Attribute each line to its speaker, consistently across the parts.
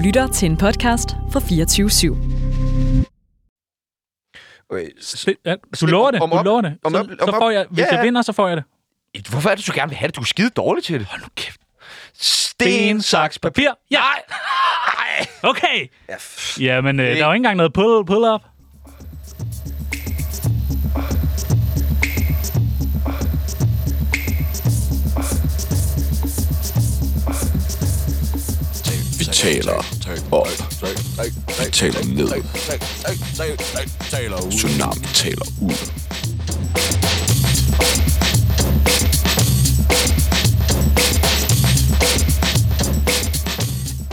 Speaker 1: lytter til en podcast fra 24 /7.
Speaker 2: Okay, Øh, s-
Speaker 3: Det, ja, du lover det,
Speaker 2: om
Speaker 3: du
Speaker 2: op-
Speaker 3: lover det.
Speaker 2: om
Speaker 3: så,
Speaker 2: op- om
Speaker 3: så
Speaker 2: op.
Speaker 3: får jeg, hvis
Speaker 2: Ja,
Speaker 3: jeg
Speaker 2: ja.
Speaker 3: vinder, så får jeg det.
Speaker 2: Hvorfor er det, du gerne vil have det? Du er skide dårlig til det. Hold nu kæft. Sten, saks, papir.
Speaker 3: Papir? Ja. Okay. Jamen, øh, der er jo ikke engang noget pull, pull up.
Speaker 4: Vi taler op. Vi taler ned. Tsunami taler ud.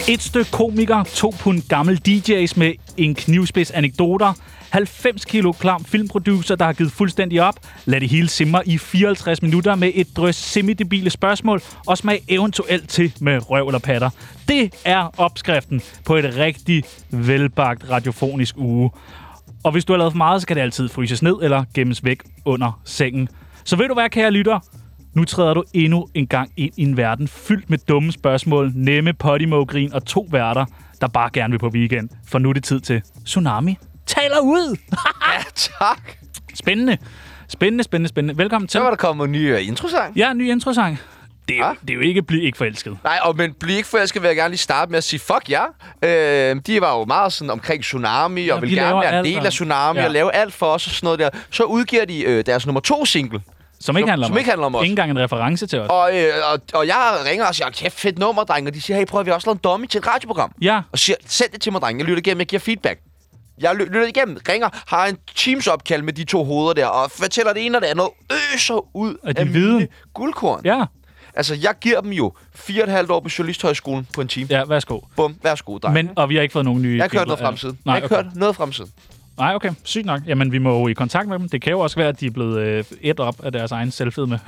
Speaker 3: Et stykke komiker, to pund gammel DJ's med en knivspids anekdoter, 90 kilo klam filmproducer, der har givet fuldstændig op, lad det hele simre i 54 minutter med et drøs semidebile spørgsmål og smag eventuelt til med røv eller patter. Det er opskriften på et rigtig velbagt radiofonisk uge. Og hvis du har lavet for meget, så kan det altid fryses ned eller gemmes væk under sengen. Så ved du hvad, kære lytter? Nu træder du endnu en gang ind i en verden fyldt med dumme spørgsmål, nemme potty-mo-grin og to værter, der bare gerne vil på weekend. For nu er det tid til Tsunami taler ud.
Speaker 2: Ja, tak.
Speaker 3: Spændende. Spændende, spændende, spændende. Velkommen til.
Speaker 2: Så var der kommet en ny uh, introsang.
Speaker 3: Ja, ny introsang. Det er, jo,
Speaker 2: Ah.
Speaker 3: det er jo ikke blive ikke forelsket.
Speaker 2: Nej, og men bliv ikke forelsket, vil jeg gerne lige starte med at sige, fuck jer. Øh, de var jo meget sådan omkring Tsunami, ja, og
Speaker 3: Ja,
Speaker 2: ville
Speaker 3: de
Speaker 2: gerne
Speaker 3: laver
Speaker 2: være en
Speaker 3: alt,
Speaker 2: del
Speaker 3: og-
Speaker 2: af Tsunami,
Speaker 3: ja.
Speaker 2: ja. og lave alt for os og sådan noget der. Så udgiver de øh, deres nummer to single.
Speaker 3: Som ikke,
Speaker 2: Som-
Speaker 3: handler, om
Speaker 2: som
Speaker 3: os.
Speaker 2: ikke handler om os.
Speaker 3: Ikke engang en reference til os.
Speaker 2: Og, øh, og, og jeg ringer og siger, kæft fedt nummer, drenge. Og de siger, hey, prøv at vi har også lavet en dummy til et radioprogram.
Speaker 3: Ja.
Speaker 2: Og siger, send det til mig, drenge. Jeg lytter igennem, jeg giver feedback. Jeg ly- lytter igennem, ringer, har en Teams-opkald med de to hoveder der, og fortæller det ene og det andet, øser ud
Speaker 3: Og de
Speaker 2: af
Speaker 3: viden.
Speaker 2: mine guldkorn.
Speaker 3: Ja.
Speaker 2: Altså, jeg giver dem jo fire og et halvt år på Journalisthøjskolen på en time. Ja.
Speaker 3: Ja, værsgo.
Speaker 2: Bum, værsgo, drenge.
Speaker 3: Men, og vi har ikke fået nogen nye...
Speaker 2: Jeg har kørt
Speaker 3: billeder
Speaker 2: noget
Speaker 3: af-
Speaker 2: fremtid.
Speaker 3: Nej,
Speaker 2: jeg har
Speaker 3: okay.
Speaker 2: kørt noget fremtid.
Speaker 3: Nej, okay. Sygt nok. Jamen, vi må jo i kontakt med dem. Det kan jo også være, at de er blevet øh, et op af deres egen selvfedme.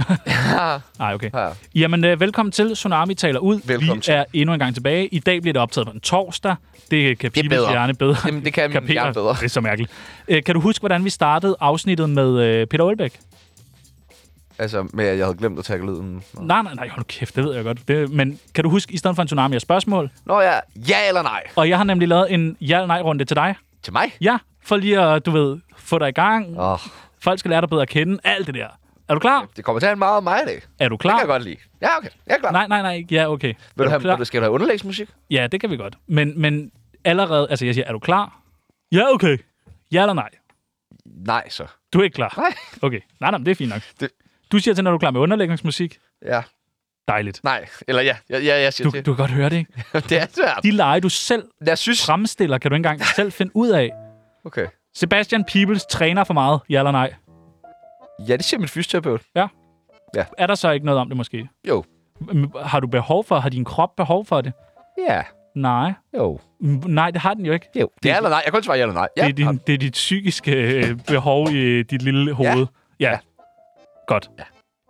Speaker 3: Nej, okay.
Speaker 2: Ja.
Speaker 3: Jamen, øh, velkommen til. Tsunami taler ud.
Speaker 2: Velkommen
Speaker 3: vi
Speaker 2: til.
Speaker 3: er endnu en gang tilbage. I dag bliver det optaget på en torsdag. Det kan
Speaker 2: er
Speaker 3: Pibels
Speaker 2: bedre.
Speaker 3: hjerne bedre.
Speaker 2: Jamen, det kan min
Speaker 3: kapere.
Speaker 2: hjerne bedre.
Speaker 3: Det er så mærkeligt. Øh, kan du huske, hvordan vi startede afsnittet med øh, Peter Aalbæk?
Speaker 2: Mm. Altså, men jeg havde glemt at tage lyden.
Speaker 3: Nej, nej, nej. Hold nu kæft, det ved jeg godt. Det, men kan du huske, i stedet for en tsunami af spørgsmål?
Speaker 2: Nå ja, ja eller nej?
Speaker 3: Og jeg har nemlig lavet en ja-nej-runde til dig.
Speaker 2: Til mig?
Speaker 3: Ja, for lige at, du ved, få dig i gang.
Speaker 2: Åh,
Speaker 3: Folk skal lære dig bedre at kende. Alt det der. Er du klar?
Speaker 2: det kommer til at handle meget om mig i dag.
Speaker 3: Er du
Speaker 2: Det
Speaker 3: klar?
Speaker 2: kan jeg godt lide. Ja, okay. Jeg er klar.
Speaker 3: Nej, nej, nej. Ja, okay.
Speaker 2: Vil du
Speaker 3: Er
Speaker 2: have,
Speaker 3: klar?
Speaker 2: vil du, skal du have underlægsmusik?
Speaker 3: Ja, det kan vi godt. Men, men allerede... Altså, jeg siger, er du klar? Ja, okay. Ja eller nej?
Speaker 2: Nej, så.
Speaker 3: Du er ikke klar?
Speaker 2: Nej.
Speaker 3: Okay. Nej, nej, men det er fint nok.
Speaker 2: Det-
Speaker 3: Du siger til, når du er klar med underlægningsmusik.
Speaker 2: Ja,
Speaker 3: Dejligt.
Speaker 2: nej. Eller ja, ja, ja jeg siger
Speaker 3: Du,
Speaker 2: til.
Speaker 3: du kan godt høre det, ikke?
Speaker 2: det er svært.
Speaker 3: De lege, du selv
Speaker 2: Jeg synes...
Speaker 3: fremstiller, kan du ikke engang selv finde ud af.
Speaker 2: Okay.
Speaker 3: Sebastian Peebles træner for meget, ja eller nej?
Speaker 2: Ja, det siger min fysioterapeut.
Speaker 3: Er der så ikke noget om det måske?
Speaker 2: Jo.
Speaker 3: M- Har du behov for, har din krop behov for det?
Speaker 2: Ja.
Speaker 3: Nej.
Speaker 2: Jo.
Speaker 3: M- Nej, det har den jo ikke.
Speaker 2: Jo. Det er eller nej. Jeg kan kun svare ja eller nej. Ja.
Speaker 3: det, er din, det er dit psykiske øh, behov i øh, dit lille hoved. Ja. ja.
Speaker 2: Ja.
Speaker 3: Godt. Ja.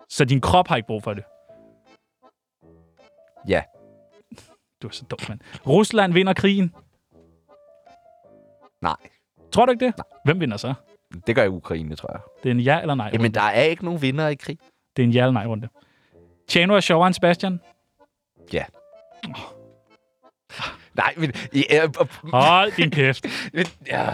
Speaker 3: Så din krop har ikke brug for det?
Speaker 2: Ja.
Speaker 3: Du er så dum, mand. Rusland vinder krigen.
Speaker 2: Nej.
Speaker 3: Tror du ikke det? Nej. Hvem vinder så?
Speaker 2: Det gør jeg i Ukraine, tror jeg.
Speaker 3: Det er en ja eller nej
Speaker 2: Jamen, der er ikke nogen vinder i krig.
Speaker 3: Det er en ja eller nej runde. Tjano er sjovere end Sebastian.
Speaker 2: Ja. Nej, men... Ja, øh,
Speaker 3: Hold din kæft.
Speaker 2: Men, Ja,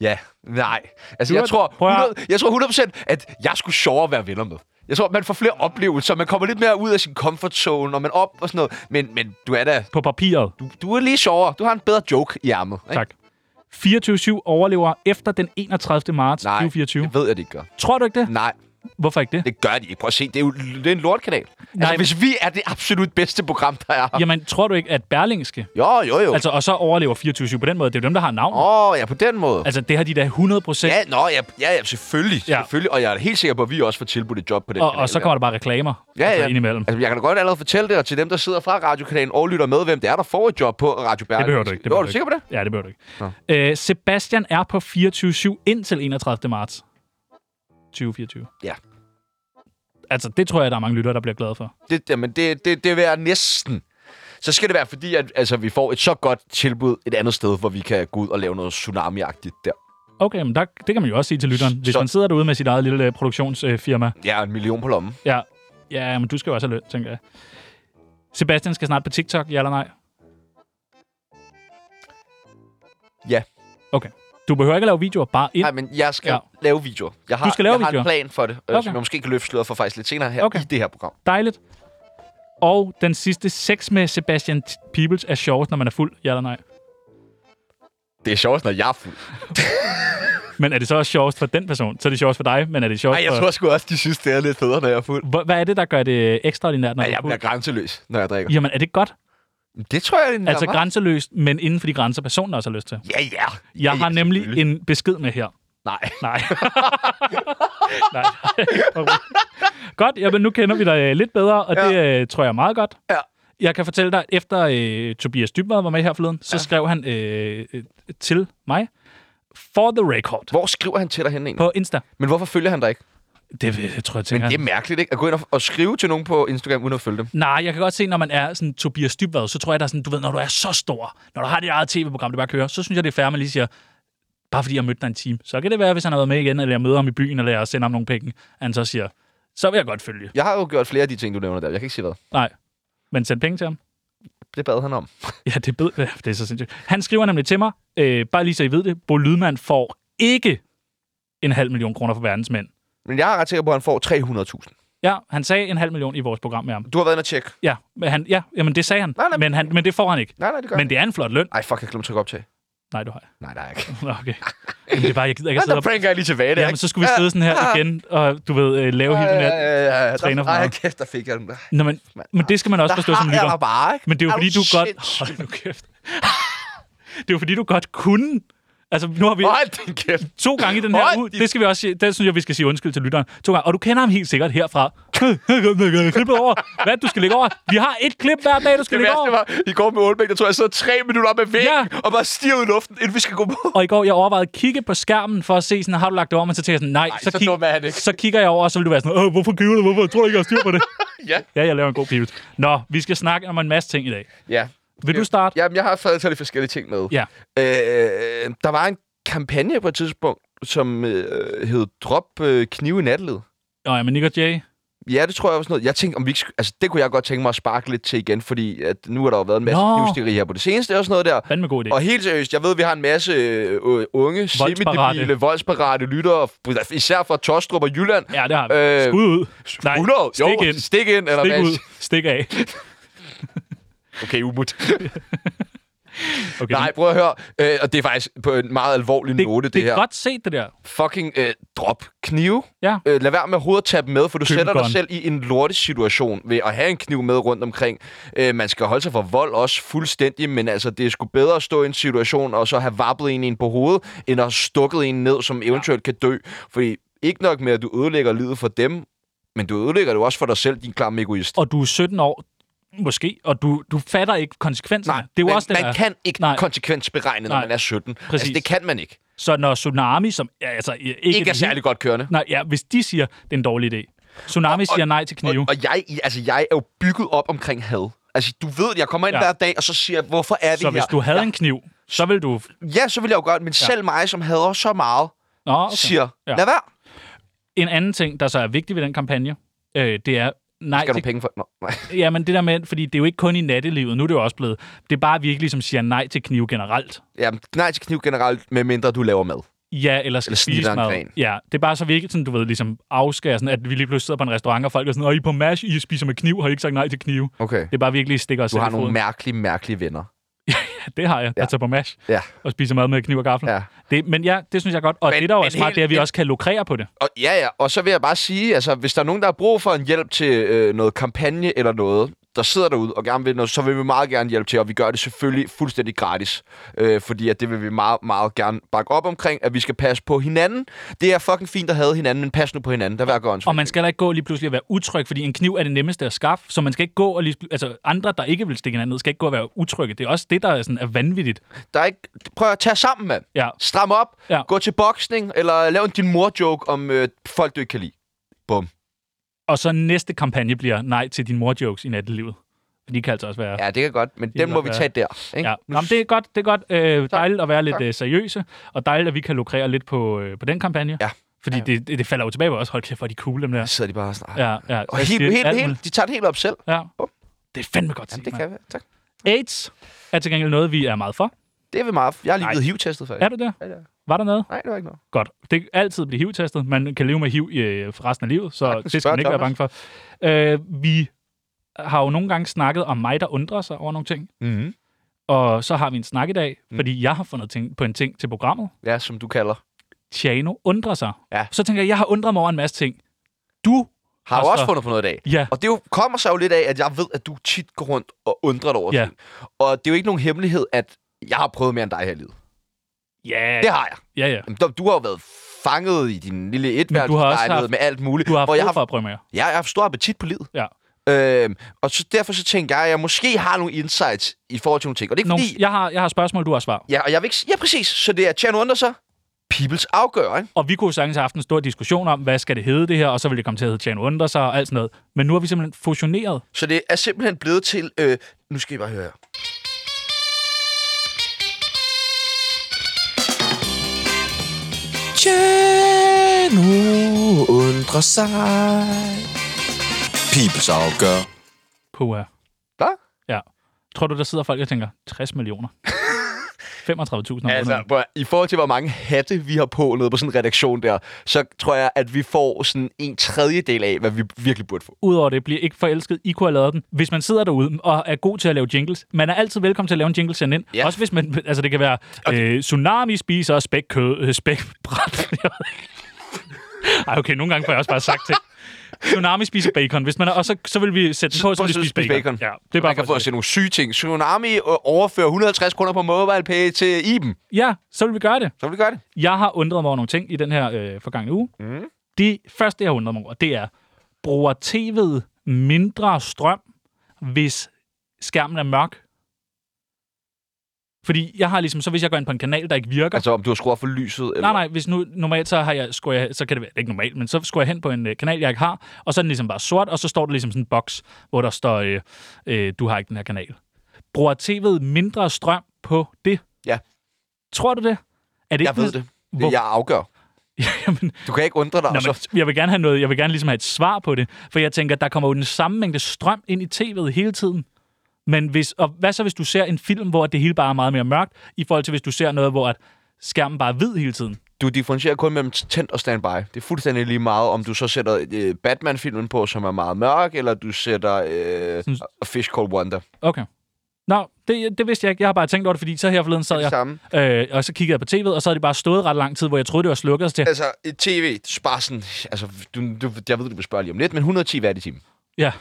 Speaker 2: ja, nej. Altså,
Speaker 3: Du
Speaker 2: jeg
Speaker 3: er-
Speaker 2: tror,
Speaker 3: prøv at-
Speaker 2: 100, jeg tror 100%, at jeg skulle sjovere at være venner med. Jeg tror, man får flere oplevelser, man kommer lidt mere ud af sin comfort zone, og man op og sådan noget. Men, men du er da...
Speaker 3: På papiret.
Speaker 2: Du, du er lige sjovere. Du har en bedre joke i ærmet. Ikke?
Speaker 3: Tak. 24-7 overlever efter den 31. marts
Speaker 2: Nej,
Speaker 3: 2024.
Speaker 2: det ved jeg, det ikke gør.
Speaker 3: Tror du ikke det?
Speaker 2: Nej,
Speaker 3: Hvorfor ikke det?
Speaker 2: det gør de ikke. Prøv at se, det er jo det er en lortkanal.
Speaker 3: Nej,
Speaker 2: Altså, hvis vi er det absolut bedste program, der er.
Speaker 3: Jamen, tror du ikke, at Berlingske
Speaker 2: Jo, jo, jo. Åh, altså,
Speaker 3: Altså, og så overlever 24-7 på den måde. Det er jo dem, der har navn. Oh.
Speaker 2: oh, ja, på den måde.
Speaker 3: Altså, det har de da 100 procent.
Speaker 2: Ja, nå, ja, ja, ja selvfølgelig,
Speaker 3: Ja.
Speaker 2: ja. selvfølgelig. Og jeg er helt sikker på, at vi også får tilbudt et job på den
Speaker 3: Og,
Speaker 2: kanal.
Speaker 3: og så
Speaker 2: der.
Speaker 3: kommer der bare reklamer
Speaker 2: Ja,
Speaker 3: altså,
Speaker 2: ja.
Speaker 3: indimellem.
Speaker 2: Altså, jeg kan da godt allerede fortælle det, og til dem, der sidder fra radiokanalen og lytter med, hvem det er, der får et job på Radio Berlingske.
Speaker 3: Det behøver du ikke.
Speaker 2: jo,
Speaker 3: behøver
Speaker 2: er du sikker på det?
Speaker 3: Ja, det behøver du ikke. Øh, Sebastian er på 24-7 indtil 31. marts 2024.
Speaker 2: Ja.
Speaker 3: Altså, det tror jeg, der er mange lyttere, der bliver glade for.
Speaker 2: det jamen, det, det, det vil jeg næsten. Så skal det være fordi, at altså, vi får et så godt tilbud et andet sted, hvor vi kan gå ud og lave noget tsunami-agtigt der.
Speaker 3: Okay, men der, det kan man jo også sige til lytteren. Hvis
Speaker 2: Så-
Speaker 3: man sidder derude med sit eget lille øh, produktionsfirma.
Speaker 2: Ja, en million på lommen.
Speaker 3: Ja, ja, men du skal jo også have løn, tænker jeg. Sebastian skal snart på TikTok, ja eller nej?
Speaker 2: Ja.
Speaker 3: Okay. Du behøver ikke at lave videoer, bare ind.
Speaker 2: Nej, men jeg skal
Speaker 3: Ja.
Speaker 2: ja. lave videoer. Jeg har,
Speaker 3: Du skal lave
Speaker 2: jeg har
Speaker 3: videoer?
Speaker 2: en plan for det, øh,
Speaker 3: Okay.
Speaker 2: som jeg måske kan løfte sløret for faktisk lidt senere her
Speaker 3: Okay.
Speaker 2: okay. i det her program.
Speaker 3: Dejligt. Og den sidste, sex med Sebastian T- Peebles er sjovest, når man er fuld. Ja eller nej?
Speaker 2: Det er sjovt, når jeg er fuld.
Speaker 3: Men er det så også sjovest for den person? Så er det sjovest for dig, men er det sjovest
Speaker 2: Nej, jeg
Speaker 3: for...
Speaker 2: tror sgu også, de synes, det er lidt federe, når jeg er fuld.
Speaker 3: Hvor- Hvad er det, der gør det ekstraordinært, når
Speaker 2: Nej,
Speaker 3: du
Speaker 2: jeg
Speaker 3: er
Speaker 2: bliver
Speaker 3: fuld?
Speaker 2: grænseløs, når jeg drikker.
Speaker 3: Jamen, er det godt?
Speaker 2: Det tror jeg, den
Speaker 3: Altså
Speaker 2: er meget-
Speaker 3: grænseløst, men inden for de grænser, personen også har lyst til.
Speaker 2: Ja, ja. ja,
Speaker 3: Jeg har
Speaker 2: ja,
Speaker 3: nemlig
Speaker 2: selvfølgelig.
Speaker 3: en besked med her.
Speaker 2: Nej.
Speaker 3: Nej. Nej. Okay. Godt, jamen nu kender vi dig øh, lidt bedre, og det øh, tror jeg er meget godt.
Speaker 2: Ja.
Speaker 3: Jeg kan fortælle dig, at efter øh, Tobias Dybvad var med her forleden, så ja. skrev han øh, øh, til mig, for the record,
Speaker 2: Hvor skriver han til dig henne egentlig?
Speaker 3: på Insta.
Speaker 2: Men hvorfor følger han dig ikke?
Speaker 3: Det ved jeg, tror jeg,
Speaker 2: Men
Speaker 3: tænker
Speaker 2: det
Speaker 3: han.
Speaker 2: er mærkeligt, ikke? At gå ind og, og skrive til nogen på Instagram, uden at følge dem.
Speaker 3: Nej, jeg kan godt se, når man er sådan Tobias Dybvad, så tror jeg, der er sådan, du ved, når du er så stor, når du har dit eget tv-program, det bare kører, så synes jeg, det er fair, at man lige siger, bare fordi jeg mødte dig en time, så kan det være, hvis han har været med igen, eller jeg møder ham i byen, eller jeg sender ham nogle penge, at han så siger, så vil jeg godt følge.
Speaker 2: Jeg har jo gjort flere af de ting, du nævner der. Jeg kan ikke sige hvad.
Speaker 3: Nej. Men send penge til ham.
Speaker 2: Det bad han om.
Speaker 3: Ja, det, bed, ja, det er så sindssygt. Han skriver nemlig til mig, øh, bare lige så I ved det, Bo Lydman får ikke en halv million kroner for verdensmænd.
Speaker 2: Men jeg er ret sikker på, at han får
Speaker 3: Ja, han sagde en halv million i vores program med ham.
Speaker 2: 300.000. Du har været inde og tjekke.
Speaker 3: Ja, men han, ja jamen det sagde han.
Speaker 2: Nej, nej.
Speaker 3: men, han men det får han ikke.
Speaker 2: Nej, nej, det gør
Speaker 3: Men
Speaker 2: men...
Speaker 3: det er en flot løn.
Speaker 2: Ej, fuck, jeg glemte at trykke optag.
Speaker 3: Nej, du har jeg.
Speaker 2: Nej, der er ikke.
Speaker 3: Nå, Okay. Jamen, det er bare, jeg gider ikke
Speaker 2: Ja,
Speaker 3: at sidde
Speaker 2: der
Speaker 3: op.
Speaker 2: pranker jeg lige tilbage der,
Speaker 3: Jamen, så skulle vi sidde sådan her igen, og du ved, øh, lave hele nat.
Speaker 2: ja, ja.
Speaker 3: træner for
Speaker 2: Ej,
Speaker 3: meget.
Speaker 2: kæft, der fik jeg den. Der
Speaker 3: Nå, men, men det skal man også forstå som
Speaker 2: har jeg
Speaker 3: lytter.
Speaker 2: dig bare, ikke?
Speaker 3: Men det er jo
Speaker 2: Er
Speaker 3: fordi, du godt...
Speaker 2: sindssyg?
Speaker 3: Hold nu kæft. Det er jo fordi, du godt kunne. Altså, nu har vi...
Speaker 2: Hold din kæft.
Speaker 3: To gange i den her
Speaker 2: Hold
Speaker 3: uge.
Speaker 2: din-
Speaker 3: Det skal vi også sige. Det synes jeg, vi skal sige undskyld til lytteren. To gange. Og du kender ham helt sikkert herfra. Klippet over. Hvad? Du skal ligge over. Vi har et klip hver dag, du skal
Speaker 2: Det
Speaker 3: ligge
Speaker 2: værste
Speaker 3: over.
Speaker 2: var, i går med Aalbæk, der tror jeg, jeg sad tre minutter op ad væggen,
Speaker 3: Ja.
Speaker 2: ja. og bare stiger ud i luften, inden vi skal gå på.
Speaker 3: Og i går, jeg overvejede at kigge på skærmen for at se, sådan, har du lagt det over, men så tænker jeg sådan, nej,
Speaker 2: Ej, så dum er han ikke.
Speaker 3: så kigger jeg over, og så vil du være sådan, Åh, hvorfor giver du det? Hvorfor tror du ikke, jeg har styr på det?
Speaker 2: Ja.
Speaker 3: ja, jeg laver en god pivot. Nå, vi skal snakke om en masse ting i dag.
Speaker 2: Ja.
Speaker 3: Vil du starte?
Speaker 2: Jamen, jeg har fået taget lidt forskellige ting med.
Speaker 3: Ja.
Speaker 2: Øh, der var en kampagne på et tidspunkt, som øh, hed Drop øh, knive i natled.
Speaker 3: Nå, ja, men Nick og Jay.
Speaker 2: Ja, det tror jeg også noget. Jeg tænkte, om vi ikke skulle, altså, det kunne jeg godt tænke mig at sparke lidt til igen, fordi at nu har der jo været en masse
Speaker 3: Nå.
Speaker 2: knivstikkeri her på det seneste og sådan noget der.
Speaker 3: Fandme god idé.
Speaker 2: Og helt seriøst, jeg ved, vi har en masse øh, unge, semidebile, voldsparate lyttere, især fra Tostrup og Jylland.
Speaker 3: Ja, det har vi. Øh,
Speaker 2: Øh,
Speaker 3: Skud ud. Nej,
Speaker 2: 100,
Speaker 3: stik
Speaker 2: jo,
Speaker 3: ind.
Speaker 2: stik ind, eller
Speaker 3: Stik
Speaker 2: hvad?
Speaker 3: ud. Stik af.
Speaker 2: Okay, umut.
Speaker 3: Okay,
Speaker 2: Nej, prøv at høre. Øh, og det er faktisk på en meget alvorlig
Speaker 3: det,
Speaker 2: note, det,
Speaker 3: det er
Speaker 2: her.
Speaker 3: godt set, det der.
Speaker 2: Fucking øh, drop knive.
Speaker 3: Ja.
Speaker 2: Øh, lad være med overhovedet at tage dem med, for du
Speaker 3: Køb en
Speaker 2: sætter
Speaker 3: gun.
Speaker 2: dig selv i en lortesituation ved at have en kniv med rundt omkring. Øh, man skal holde sig for vold også fuldstændig, men altså, det er sgu bedre at stå i en situation og så have vappet en, i en på hovedet, end at have stukket en ned, som eventuelt kan dø. Fordi ikke nok med, at du ødelægger livet for dem, men du ødelægger det jo også for dig selv, din klamme egoist.
Speaker 3: og du er 17 år, måske, og du, du fatter ikke konsekvenserne.
Speaker 2: Nej,
Speaker 3: det er jo
Speaker 2: man,
Speaker 3: også det,
Speaker 2: man
Speaker 3: der. er.
Speaker 2: kan ikke
Speaker 3: Nej.
Speaker 2: Nej. konsekvensberegne, når
Speaker 3: Nej.
Speaker 2: Nej. man er 17. Altså,
Speaker 3: Præcis.
Speaker 2: det kan man ikke.
Speaker 3: Så når Tsunami, som ja, altså, ikke,
Speaker 2: Ikke er særlig godt kørende.
Speaker 3: Nej, ja, hvis de siger, det er en dårlig idé. Tsunami og, siger nej til knive.
Speaker 2: Og, og jeg, altså, jeg er jo bygget op omkring had. Altså, du ved, jeg kommer ind
Speaker 3: Ja.
Speaker 2: ja. hver dag, og så siger jeg, hvorfor er det
Speaker 3: så
Speaker 2: her?
Speaker 3: hvis du havde en kniv, så vil du...
Speaker 2: Ja, så vil jeg jo godt, men ja. selv mig, som hader så meget,
Speaker 3: Nå, Ah, okay.
Speaker 2: okay. siger,
Speaker 3: Ja.
Speaker 2: ja. lad være.
Speaker 3: En anden ting, der så er vigtig ved den kampagne, øh, det er nej
Speaker 2: Skal du
Speaker 3: til...
Speaker 2: penge for... Nå, nej.
Speaker 3: Ja, men det der med, fordi det er jo ikke kun i nattelivet, nu er det jo også blevet... Det er bare, at vi ikke ligesom siger nej til knive generelt.
Speaker 2: Jamen, nej til kniv generelt, medmindre du laver mad.
Speaker 3: Ja, eller skal
Speaker 2: Eller snitter
Speaker 3: spise
Speaker 2: en
Speaker 3: mad.
Speaker 2: gren.
Speaker 3: Ja, det er bare så vi ikke sådan, du ved, ligesom afskærer sådan, at vi lige pludselig sidder på en restaurant, og folk er sådan, åh, I er på mash, I spiser med kniv, har I ikke sagt nej til knive.
Speaker 2: Okay.
Speaker 3: Det er bare virkelig stikker os
Speaker 2: Du
Speaker 3: selv
Speaker 2: har
Speaker 3: i foden.
Speaker 2: nogle mærkelige, mærkelige venner.
Speaker 3: Det har jeg. Ja. Jeg tager på mash
Speaker 2: Ja.
Speaker 3: og spiser mad med kniv og gaffel.
Speaker 2: Ja.
Speaker 3: Det, men ja, det synes jeg er godt. Og men,
Speaker 2: Men-
Speaker 3: det, der jo er
Speaker 2: men
Speaker 3: smart,
Speaker 2: helt-
Speaker 3: det er, at vi
Speaker 2: men-
Speaker 3: også kan lukrere på det.
Speaker 2: Og, ja, ja. Og så vil jeg bare sige, altså, hvis der er nogen, der har brug for en hjælp til øh, noget kampagne eller noget, der sidder derude og gerne vil noget, så vil vi meget gerne hjælpe til, og vi gør det selvfølgelig fuldstændig gratis. Øh, fordi at det vil vi meget, meget gerne bakke op omkring, at vi skal passe på hinanden. Det er fucking fint at have hinanden, men pas nu på hinanden. Der vil jeg gøre en
Speaker 3: Og man skal heller ikke gå lige pludselig og være utryg, fordi en kniv er det nemmeste at skaffe. Så man skal ikke gå og lige, altså andre, der ikke vil stikke hinanden ned, skal ikke gå og være utrygge. Det er også det, der er, sådan, er vanvittigt.
Speaker 2: Der er ikke... Prøv at tage sammen, mand.
Speaker 3: Ja.
Speaker 2: Stram op,
Speaker 3: Ja.
Speaker 2: ja. gå til boksning, eller lav en din mor-joke om øh, folk, du ikke kan lide. Bum.
Speaker 3: Og så næste kampagne bliver nej til din mor-jokes i nattelivet. For de kan altså også være...
Speaker 2: Ja, det kan godt, men den må
Speaker 3: nok
Speaker 2: vi
Speaker 3: være-
Speaker 2: tage der. Ikke?
Speaker 3: Ja, Nå, men det er godt, det er godt øh, dejligt at være lidt
Speaker 2: Tak.
Speaker 3: øh, seriøse, og dejligt, at vi kan lukrere lidt på, øh, på den kampagne.
Speaker 2: Ja.
Speaker 3: Fordi ja. Det, det, det falder jo tilbage på os. Hold kæft, hvor er de cool, dem
Speaker 2: Så
Speaker 3: der.
Speaker 2: sidder de bare og snakker. Ja.
Speaker 3: Ja, ja.
Speaker 2: Og
Speaker 3: Jeg
Speaker 2: helt,
Speaker 3: siger alt
Speaker 2: helt,
Speaker 3: muligt.
Speaker 2: helt, de tager det helt op selv.
Speaker 3: Ja. Det er fandme godt set,
Speaker 2: Jamen, det
Speaker 3: mand.
Speaker 2: kan vi. Tak.
Speaker 3: AIDS er til gengæld noget, vi er meget for.
Speaker 2: Det er ved meget. Jeg er lige
Speaker 3: Nej.
Speaker 2: blevet HIV-testet, faktisk.
Speaker 3: Er du der?
Speaker 2: Ja, ja.
Speaker 3: Var der noget?
Speaker 2: Nej, det var ikke noget.
Speaker 3: Godt. Det kan altid blive HIV-testet. Man kan leve med HIV øh, for resten af livet, så
Speaker 2: Tak,
Speaker 3: det skal
Speaker 2: spørg
Speaker 3: man ikke være bange
Speaker 2: Thomas.
Speaker 3: for. Øh, vi har jo nogle gange snakket om mig, der undrer sig over nogle ting.
Speaker 2: Mm-hmm.
Speaker 3: Og så har vi en snak i dag,
Speaker 2: Mm.
Speaker 3: fordi jeg har fundet ting, på en ting til programmet.
Speaker 2: Ja, som du kalder.
Speaker 3: Tjano undrer sig.
Speaker 2: Ja.
Speaker 3: Så tænker jeg, jeg har undret mig over en masse ting. Du
Speaker 2: Har altså,
Speaker 3: Altså-
Speaker 2: også fundet på noget i dag.
Speaker 3: Ja.
Speaker 2: Og det jo, kommer sig jo lidt af, at jeg ved, at du tit går rundt og undrer dig over
Speaker 3: Ja.
Speaker 2: ting. Og det er jo ikke nogen hemmelighed, at jeg har prøvet mere end dig her i livet.
Speaker 3: Ja,
Speaker 2: Det har jeg.
Speaker 3: ja, ja.
Speaker 2: Jamen, Du, du har jo været fanget i din lille
Speaker 3: også
Speaker 2: etværelseslejlighed
Speaker 3: haft-
Speaker 2: med alt muligt.
Speaker 3: Du har haft
Speaker 2: hvor jeg
Speaker 3: brug
Speaker 2: har
Speaker 3: for at prøve mere.
Speaker 2: Ja, jeg har haft stor appetit på livet.
Speaker 3: Ja.
Speaker 2: Øhm, og så derfor så tænker jeg, at jeg måske har nogle insights i forhold til nogle ting. Og det er
Speaker 3: Nogle,
Speaker 2: fordi...
Speaker 3: jeg, har, jeg har spørgsmål, du har svar.
Speaker 2: Ja, og jeg vil ikke... s- Ja, præcis. Så det er Tjerno under sig. Peoples afgør, ikke?
Speaker 3: Og vi kunne jo sagtens have haft en stor diskussion om, hvad skal det hedde det her, og så ville det komme til at hedde Tjano Undrer sig og alt sådan noget. Men nu har vi simpelthen fusioneret.
Speaker 2: Så det er simpelthen blevet til... Øh, nu skal I bare høre her.
Speaker 4: Tjano undrer sig. Peoples afgør.
Speaker 3: Pua.
Speaker 2: Hvad?
Speaker 3: Ja. Tror du, der sidder folk og tænker, 60 millioner? 35.000 om
Speaker 2: Altså,
Speaker 3: måneden.
Speaker 2: prøv, at- i forhold til, hvor mange hatte vi har på nede på sådan en redaktion der, så tror jeg, at vi får sådan en tredjedel af, hvad vi virkelig burde få.
Speaker 3: Udover det, bliver ikke forelsket. I kunne have lavet den. Hvis man sidder derude og er god til at lave jingles, man er altid velkommen til at lave en jingle send ind.
Speaker 2: Ja.
Speaker 3: Også hvis man, altså det kan være øh, tsunami spiser og spæk kød, øh, spæk bræt. Ej, okay, nogle gange får jeg også bare sagt til. Tsunami spiser bacon. Hvis man er, og så, så vil vi sætte den på, så vil de
Speaker 2: så
Speaker 3: spise
Speaker 2: spise bacon.
Speaker 3: bacon. Ja, det er bare
Speaker 2: Man kan
Speaker 3: for
Speaker 2: få
Speaker 3: at
Speaker 2: at se nogle syge ting. Tsunami øh, overfører 150 kroner på MobilePay til Iben.
Speaker 3: Ja, så vil vi gøre det.
Speaker 2: Så vil vi gøre det.
Speaker 3: Jeg har undret mig over nogle ting i den her øh, forgangne uge. Mm. Det første, jeg har undret mig over, det er, bruger tv'et mindre strøm, hvis skærmen er mørk? Fordi jeg har ligesom, så hvis jeg går ind på en kanal, der ikke virker,
Speaker 2: Altså, om du har skruet for lyset? Eller?
Speaker 3: Nej, nej, hvis nu normalt, så, har jeg, skulle jeg, så kan det være, det er ikke normalt, men så skulle jeg hen på en øh, kanal, jeg ikke har, og så er den ligesom bare sort, og så står der ligesom sådan en boks, hvor der står, øh, øh, du har ikke den her kanal. Bruger tv'et mindre strøm på det?
Speaker 2: Ja.
Speaker 3: Tror du det? Er det
Speaker 2: Jeg ved
Speaker 3: sådan-
Speaker 2: det. Hvor... Jeg afgør.
Speaker 3: Jamen,
Speaker 2: Du kan ikke undre dig. Nå,
Speaker 3: Nå, men,
Speaker 2: så...
Speaker 3: jeg vil gerne have noget, jeg vil gerne ligesom have et svar på det, for jeg tænker, der kommer jo den samme mængde strøm ind i tv'et hele tiden. Men hvis, og hvad så, hvis du ser en film, hvor det hele bare er meget mere mørkt, i forhold til, hvis du ser noget, hvor at skærmen bare er hvid hele tiden?
Speaker 2: Du differentierer kun mellem tændt og standby. Det er fuldstændig lige meget, om du så sætter øh, Batman-filmen på, som er meget mørk, eller du sætter øh,
Speaker 3: Sådan-
Speaker 2: A Fish Called Wonder.
Speaker 3: Okay. Nå, det, det vidste jeg ikke. Jeg har bare tænkt over det, fordi så her forleden sad
Speaker 2: Det
Speaker 3: jeg,
Speaker 2: samme.
Speaker 3: øh, og så kiggede jeg på tv'et, og så havde det bare stået ret lang tid, hvor jeg troede, det var slukket. og Så til,
Speaker 2: Altså, et tv, bare sådan... Altså, du, du, jeg ved, du vil spørge lige om lidt, men 110 watt i timen.
Speaker 3: ja,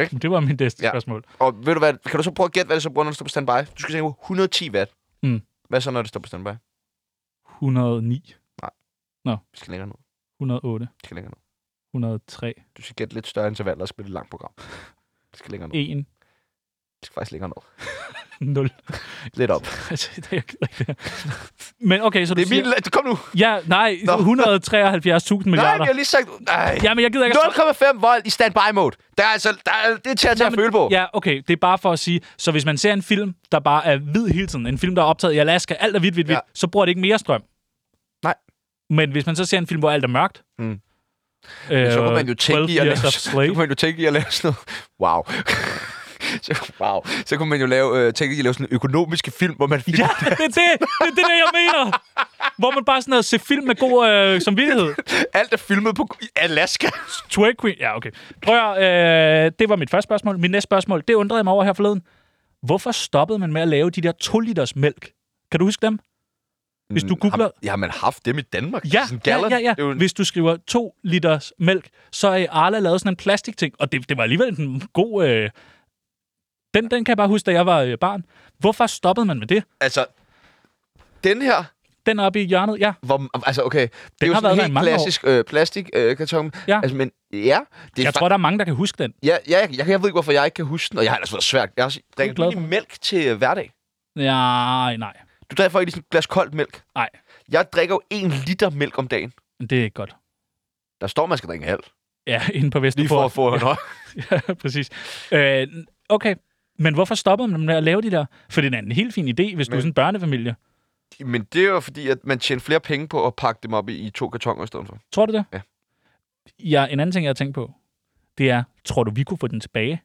Speaker 2: Ikke?
Speaker 3: "Hmm, det var min næste
Speaker 2: Ja.
Speaker 3: ja. spørgsmål.
Speaker 2: Og ved du hvad, kan du så prøve at gætte, hvad det så bruger, når det står på standby? Du skal tænke på 110 watt.
Speaker 3: Mm.
Speaker 2: Hvad så, når det står på standby?
Speaker 3: 109,
Speaker 2: Vi skal længere ned.
Speaker 3: 108,
Speaker 2: Vi skal længere ned.
Speaker 3: 103,
Speaker 2: Du skal gætte lidt større intervaller og spille et langt program. Vi skal længere ned.
Speaker 3: 1,
Speaker 2: Vi skal faktisk længere ned.
Speaker 3: 0.
Speaker 2: Lidt op.
Speaker 3: Altså, det, jeg gider ikke det her. Men okay, så du
Speaker 2: Det er min...
Speaker 3: siger...
Speaker 2: la- Kom nu!
Speaker 3: Ja, nej,
Speaker 2: Nå.
Speaker 3: 173.000
Speaker 2: Nej,
Speaker 3: milliarder.
Speaker 2: jeg har lige sagt... Nej.
Speaker 3: Ja, men jeg gider ikke... at-
Speaker 2: 0,5 volt i standby-mode. Der er altså, der er, det er til at tage at føle på.
Speaker 3: Ja, okay, det er bare for at sige, så hvis man ser en film, der bare er hvid hele tiden, en film, der er optaget i Alaska, alt er hvidt, hvidt, hvidt,
Speaker 2: Ja.
Speaker 3: så bruger det ikke mere strøm.
Speaker 2: Nej.
Speaker 3: Men hvis man så ser en film, hvor alt er mørkt,
Speaker 2: Mm.
Speaker 3: øh,
Speaker 2: Så kunne man jo
Speaker 3: 12
Speaker 2: tænke i at lave,
Speaker 3: Years of
Speaker 2: så kunne
Speaker 3: Slave,
Speaker 2: man jo tænke i at lave sådan noget. Wow. Så, wow. Så kunne man jo lave, øh, tænke i at lave sådan en økonomiske film, hvor man fik...
Speaker 3: Ja, det er det, det er det, jeg mener. Hvor man bare sådan noget, se film med god øh, samvittighed.
Speaker 2: alt er filmet på i Alaska.
Speaker 3: Twerk queen. Ja, okay. Prøv at, høre, øh, det var mit første spørgsmål. Mit næste spørgsmål, det undrede jeg mig over her forleden. Hvorfor stoppede man med at lave de der 2 liters mælk? Kan du huske dem? Hvis du googler...
Speaker 2: Har, har man haft dem i Danmark?
Speaker 3: Ja,
Speaker 2: sådan en
Speaker 3: ja,
Speaker 2: gallon?
Speaker 3: ja, ja.
Speaker 2: Det er jo en-
Speaker 3: Hvis du skriver 2 liters mælk, så er Arla lavet sådan en plastikting. Og det, det var alligevel en god... Øh, den, den kan jeg bare huske, da jeg var øh, barn. Hvorfor stoppede man med det?
Speaker 2: Altså, den her,
Speaker 3: Den oppe i hjørnet, ja.
Speaker 2: hvor, altså okay, det er jo
Speaker 3: har
Speaker 2: sådan
Speaker 3: været
Speaker 2: en
Speaker 3: der i
Speaker 2: helt
Speaker 3: mange år.
Speaker 2: klassisk øh, plastikkarton. Øh, karton.
Speaker 3: Ja.
Speaker 2: Altså, men ja, det er
Speaker 3: Jeg tror, der er mange, der kan huske den.
Speaker 2: Ja, ja jeg, jeg, jeg ved ikke, hvorfor jeg ikke kan huske den, og jeg har ellers været svært. Jeg har
Speaker 3: Du er glad
Speaker 2: drikket
Speaker 3: for det.
Speaker 2: mælk til øh, hverdag.
Speaker 3: Nej, nej.
Speaker 2: Du drikker ikke ligesom et glas koldt mælk.
Speaker 3: Nej,
Speaker 2: Jeg drikker jo en liter mælk om dagen.
Speaker 3: men det er ikke godt.
Speaker 2: Der står, man skal drikke en halv.
Speaker 3: Ja, inde på Vesterbro.
Speaker 2: Lige for at få en høj.
Speaker 3: Ja, præcis. Øh, okay, men hvorfor stoppede man med at lave de der? For det er en helt fin idé, hvis men... du er sådan en børnefamilie.
Speaker 2: Men det er jo fordi, at man tjener flere penge på at pakke dem op i, i to kartonger i stedet for.
Speaker 3: Tror du det?
Speaker 2: Ja.
Speaker 3: ja. En anden ting, jeg har tænkt på, det er, tror du, vi kunne få den tilbage?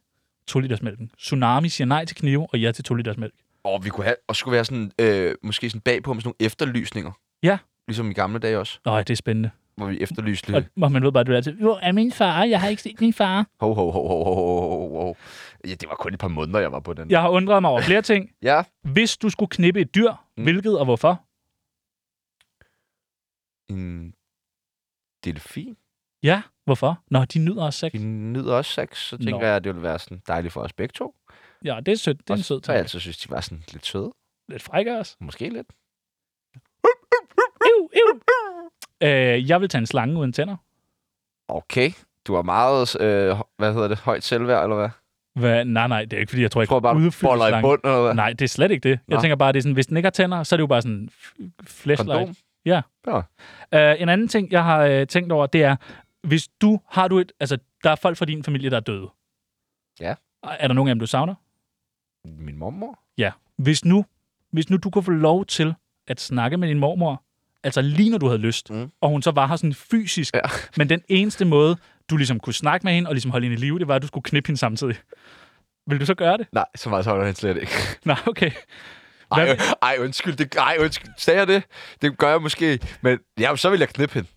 Speaker 3: 2 liters mælken. Tsunami siger nej til knive, og ja til 2 liters mælk.
Speaker 2: Og vi kunne have, og så skulle vi have sådan, øh, måske sådan bagpå med sådan nogle efterlysninger.
Speaker 3: Ja.
Speaker 2: Ligesom i gamle dage også,
Speaker 3: Nå, det er spændende.
Speaker 2: hvor vi efterlyste
Speaker 3: Og, og man ved bare, at du er altid, hvor er min far? Jeg har ikke set min far.
Speaker 2: Ho, ho, ho, ho, ho, ho, ho, ho. Ja, det var kun et par måneder, jeg var på den.
Speaker 3: Jeg har undret mig over flere ting.
Speaker 2: ja.
Speaker 3: Hvis du skulle knippe et dyr,
Speaker 2: Mm.
Speaker 3: hvilket og hvorfor?
Speaker 2: En delfin.
Speaker 3: Ja, hvorfor? Nå, de nyder også sex.
Speaker 2: De nyder også sex, så tænker
Speaker 3: Nå.
Speaker 2: jeg, at det ville være sådan dejligt for os begge to.
Speaker 3: Ja, det er sødt. Det er en
Speaker 2: Og
Speaker 3: sød
Speaker 2: Så jeg altså-
Speaker 3: tanke.
Speaker 2: altid synes, de var sådan lidt søde.
Speaker 3: Lidt frække også.
Speaker 2: Måske lidt.
Speaker 3: Ew, ew. Øh, jeg vil tage en slange uden tænder.
Speaker 2: Okay. Du har meget, øh, hvad hedder det, højt selvværd, eller hvad?
Speaker 3: Hvad? Nej, nej, det er ikke, fordi jeg tror, jeg,
Speaker 2: Jeg tror bare,
Speaker 3: kan
Speaker 2: du
Speaker 3: udfylde
Speaker 2: boller i
Speaker 3: slangen.
Speaker 2: bund, eller hvad?
Speaker 3: Nej, det er slet ikke det. Jeg
Speaker 2: Nå.
Speaker 3: tænker bare, det er sådan, hvis den ikke har tænder, så er det jo bare sådan en f- flashlight.
Speaker 2: Kondom?
Speaker 3: Ja.
Speaker 2: Nå.
Speaker 3: Uh, en anden ting, jeg har uh, tænkt over, det er, hvis du har du et... Altså, der er folk fra din familie, der er døde.
Speaker 2: Ja.
Speaker 3: Er der nogen af dem, du savner?
Speaker 2: Min mormor?
Speaker 3: Ja. Hvis nu, hvis nu du kunne få lov til at snakke med din mormor, altså lige når du havde lyst,
Speaker 2: Mm.
Speaker 3: mm. og hun så var her sådan fysisk,
Speaker 2: Ja.
Speaker 3: men den eneste måde, du ligesom kunne snakke med hende og ligesom holde hende i live, det var, at du skulle knippe hende samtidig. Vil du så gøre det?
Speaker 2: Nej, så meget holder han slet ikke.
Speaker 3: Nej, okay.
Speaker 2: Ej,
Speaker 3: Hvad-
Speaker 2: øh, ej, undskyld. Det, ej, undskyld. Sagde jeg det? Det gør jeg måske. Men jamen, så vil jeg knippe hende.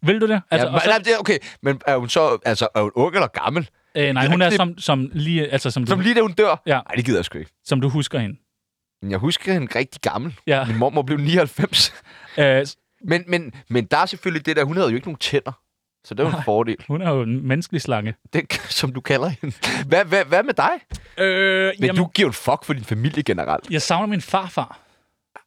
Speaker 3: Vil du det?
Speaker 2: Altså, ja,
Speaker 3: og
Speaker 2: men, så... nej, det er okay. Men er hun så, altså, er hun ung eller gammel?
Speaker 3: Øh, nej,
Speaker 2: Jeg
Speaker 3: hun
Speaker 2: har
Speaker 3: er
Speaker 2: knip-
Speaker 3: som, som, lige, altså, som,
Speaker 2: Som
Speaker 3: du,
Speaker 2: lige da hun dør?
Speaker 3: Ja.
Speaker 2: Nej, det gider jeg sgu ikke.
Speaker 3: som du husker hende.
Speaker 2: Men jeg husker hende rigtig gammel.
Speaker 3: Ja.
Speaker 2: Min mormor blev 99.
Speaker 3: Øh,
Speaker 2: Men, men, men der er selvfølgelig det der, hun havde jo ikke nogen tænder. Så det var en fordel.
Speaker 3: hun er jo en menneskelig slange.
Speaker 2: Det, som du kalder hende. Hvad, hvad, hvad med dig?
Speaker 3: Øh,
Speaker 2: Men du giver jo en fuck for din familie generelt.
Speaker 3: Jeg savner min farfar.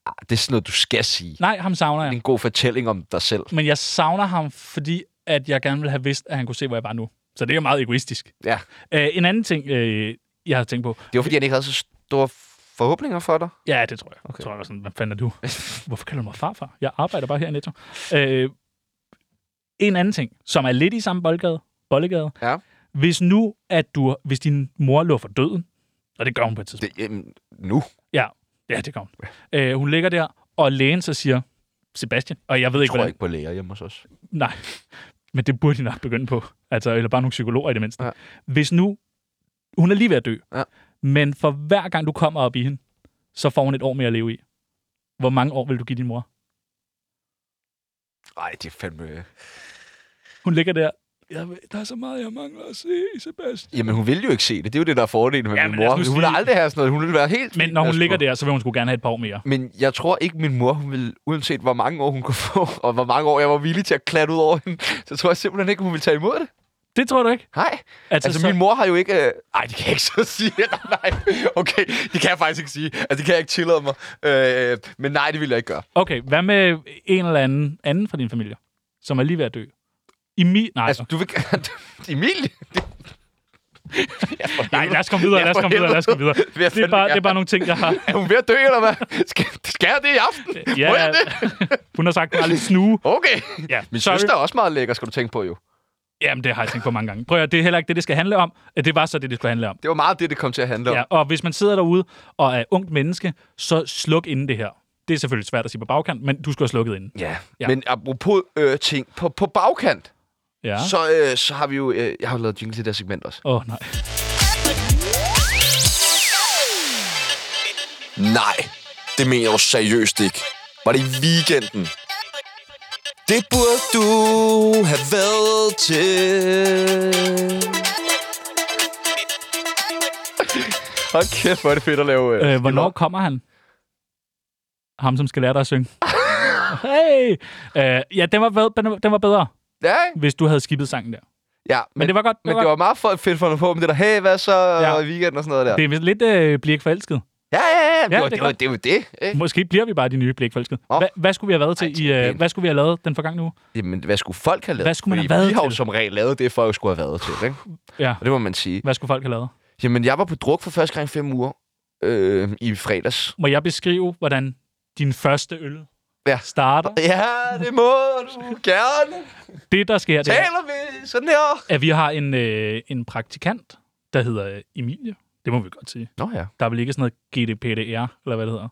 Speaker 2: Ah, Det er sådan noget, du skal sige.
Speaker 3: Nej, ham savner
Speaker 2: Det er
Speaker 3: jeg.
Speaker 2: en god fortælling om dig selv.
Speaker 3: Men jeg savner ham, fordi at jeg gerne ville have vidst, at han kunne se, hvor jeg var nu. Så det er jo meget egoistisk.
Speaker 2: Ja.
Speaker 3: Øh, en anden ting, øh, jeg har tænkt på.
Speaker 2: Det var, fordi han ikke havde så store forhåbninger for dig.
Speaker 3: Ja, det tror jeg. Okay. Jeg tror, jeg var sådan, hvad fanden er du? Hvorfor kalder du mig farfar? Jeg arbejder bare her i Netto. Øh, en anden ting, som er lidt i samme boldgade, bollegade.
Speaker 2: Ja.
Speaker 3: Hvis nu, at du, hvis din mor lå for døden, og det gør hun på et tidspunkt.
Speaker 2: Det, jamen, nu.
Speaker 3: Ja, ja det gør hun. Øh, hun ligger der, og lægen så siger, Sebastian, og jeg ved
Speaker 2: Jeg
Speaker 3: ikke,
Speaker 2: tror
Speaker 3: hvordan...
Speaker 2: ikke på læger hjemme hos os.
Speaker 3: Nej, men det burde de nok begynde på. Altså, eller bare nogle psykologer i det mindste.
Speaker 2: Ja.
Speaker 3: Ja. Hvis nu... Hun er lige ved at dø,
Speaker 2: Ja.
Speaker 3: men for hver gang du kommer op i hende, så får hun et år mere at leve i. Hvor mange år vil du give din mor?
Speaker 2: Nej, det er fandme...
Speaker 3: Hun ligger der. Jeg ved, der er så meget, jeg mangler at se, Sebastian.
Speaker 2: Jamen, hun vil jo ikke se det. Det er jo det, der er fordelen med
Speaker 3: Ja,
Speaker 2: ja, min
Speaker 3: men lad
Speaker 2: mor.
Speaker 3: os
Speaker 2: Hun
Speaker 3: nu
Speaker 2: vil
Speaker 3: sige-
Speaker 2: aldrig have sådan noget. Hun vil være helt...
Speaker 3: Men når hun
Speaker 2: Altså,
Speaker 3: ligger der, så vil hun sgu gerne have et par år mere.
Speaker 2: Men jeg tror ikke, min mor hun ville, uanset hvor mange år hun kunne få, og hvor mange år jeg var villig til at klatte ud over hende, så tror jeg simpelthen ikke, hun ville tage imod det.
Speaker 3: Det tror du ikke?
Speaker 2: Nej. Altså, altså
Speaker 3: så-
Speaker 2: min mor har jo ikke... Øh... Ej, det kan jeg ikke så sige. nej, okay. Det kan jeg faktisk ikke sige. Altså, det kan jeg ikke tillade mig. Øh, men nej, det ville jeg ikke gøre.
Speaker 3: Okay, hvad med en eller anden anden fra din familie, som er lige ved at dø? Emil? Nej,
Speaker 2: Altså, du vil... Emilie?
Speaker 3: nej lad os komme videre,
Speaker 2: Ja,
Speaker 3: lad os
Speaker 2: for
Speaker 3: komme videre, lad os komme videre.
Speaker 2: helvede. Vil jeg
Speaker 3: Det er,
Speaker 2: fandme
Speaker 3: bare, det er
Speaker 2: gerne.
Speaker 3: bare nogle ting, jeg har...
Speaker 2: Er hun ved at dø, eller hvad? Skal, skal jeg det i aften? Må jeg det?
Speaker 3: hun har sagt, hun har lidt snue.
Speaker 2: Okay.
Speaker 3: Ja,
Speaker 2: Min
Speaker 3: sorry.
Speaker 2: søster er også meget lækker, skal du tænke på jo.
Speaker 3: Jamen, det har jeg tænkt på mange gange. Prøv at høre, det er heller ikke det, det skal handle om. Det var så det, det skulle handle om.
Speaker 2: Det var meget det, det kom til at handle om.
Speaker 3: Ja, og hvis man sidder derude og er ungt menneske, så sluk inden det her. Det er selvfølgelig svært at sige på bagkant, men du skal have slukket inden.
Speaker 2: Ja.
Speaker 3: Ja.
Speaker 2: Men apropos øh, ting på, på bagkant,
Speaker 3: Ja.
Speaker 2: ja. så, øh, så har vi jo... Øh, jeg har jo lavet jingle til det her segment også.
Speaker 3: Åh, oh, nej.
Speaker 4: Nej, det mener jeg jo seriøst ikke. Var det i weekenden? Det burde du have været til.
Speaker 2: Hold kæft, hvor er det fedt at lave...
Speaker 3: Øh, hvornår kommer han? Ham, som skal lære dig at synge. hey! Øh, ja, den var, bedre, den var bedre,
Speaker 2: Ja, ikke?
Speaker 3: hvis du havde skibet sangen der.
Speaker 2: ja men,
Speaker 3: Men det var godt. Det
Speaker 2: men
Speaker 3: var
Speaker 2: det
Speaker 3: godt.
Speaker 2: var meget for- fedt for at få dem det der, hey, hvad så,
Speaker 3: Ja.
Speaker 2: ja. i weekenden og sådan noget der.
Speaker 3: Det er vist lidt øh, blik forelsket.
Speaker 2: Ja, ja, ja, ja,
Speaker 3: Ja,
Speaker 2: det, var,
Speaker 3: det er
Speaker 2: det, var,
Speaker 3: godt.
Speaker 2: det var det. Ikke?
Speaker 3: Måske bliver vi bare de nye blik forelsket.
Speaker 2: Nå.
Speaker 3: Hva, hvad skulle vi have været
Speaker 2: Ej,
Speaker 3: til
Speaker 2: det
Speaker 3: i,
Speaker 2: er pænt.
Speaker 3: øh, hvad skulle vi have lavet den forgangne uge?
Speaker 2: Jamen, hvad skulle folk have lavet?
Speaker 3: Hvad skulle man
Speaker 2: Fordi
Speaker 3: have været
Speaker 2: vi har jo
Speaker 3: til?
Speaker 2: som regel lavet det, folk skulle have været til, ikke?
Speaker 3: Ja.
Speaker 2: Og det må man sige.
Speaker 3: Hvad skulle folk have lavet?
Speaker 2: Jamen, jeg var på druk for første gang i fem uger øh, i fredags.
Speaker 3: Må jeg beskrive, hvordan din første øl
Speaker 2: Ja.
Speaker 3: ja. starter?
Speaker 2: Ja, det må du gerne.
Speaker 3: Det, der sker, det er,
Speaker 2: Taler vi sådan her?
Speaker 3: at vi har en, øh, en praktikant, der hedder øh, Emilie. Det må vi godt sige.
Speaker 2: Nå ja,
Speaker 3: Der er vel ikke sådan noget GDPDR, eller hvad det hedder.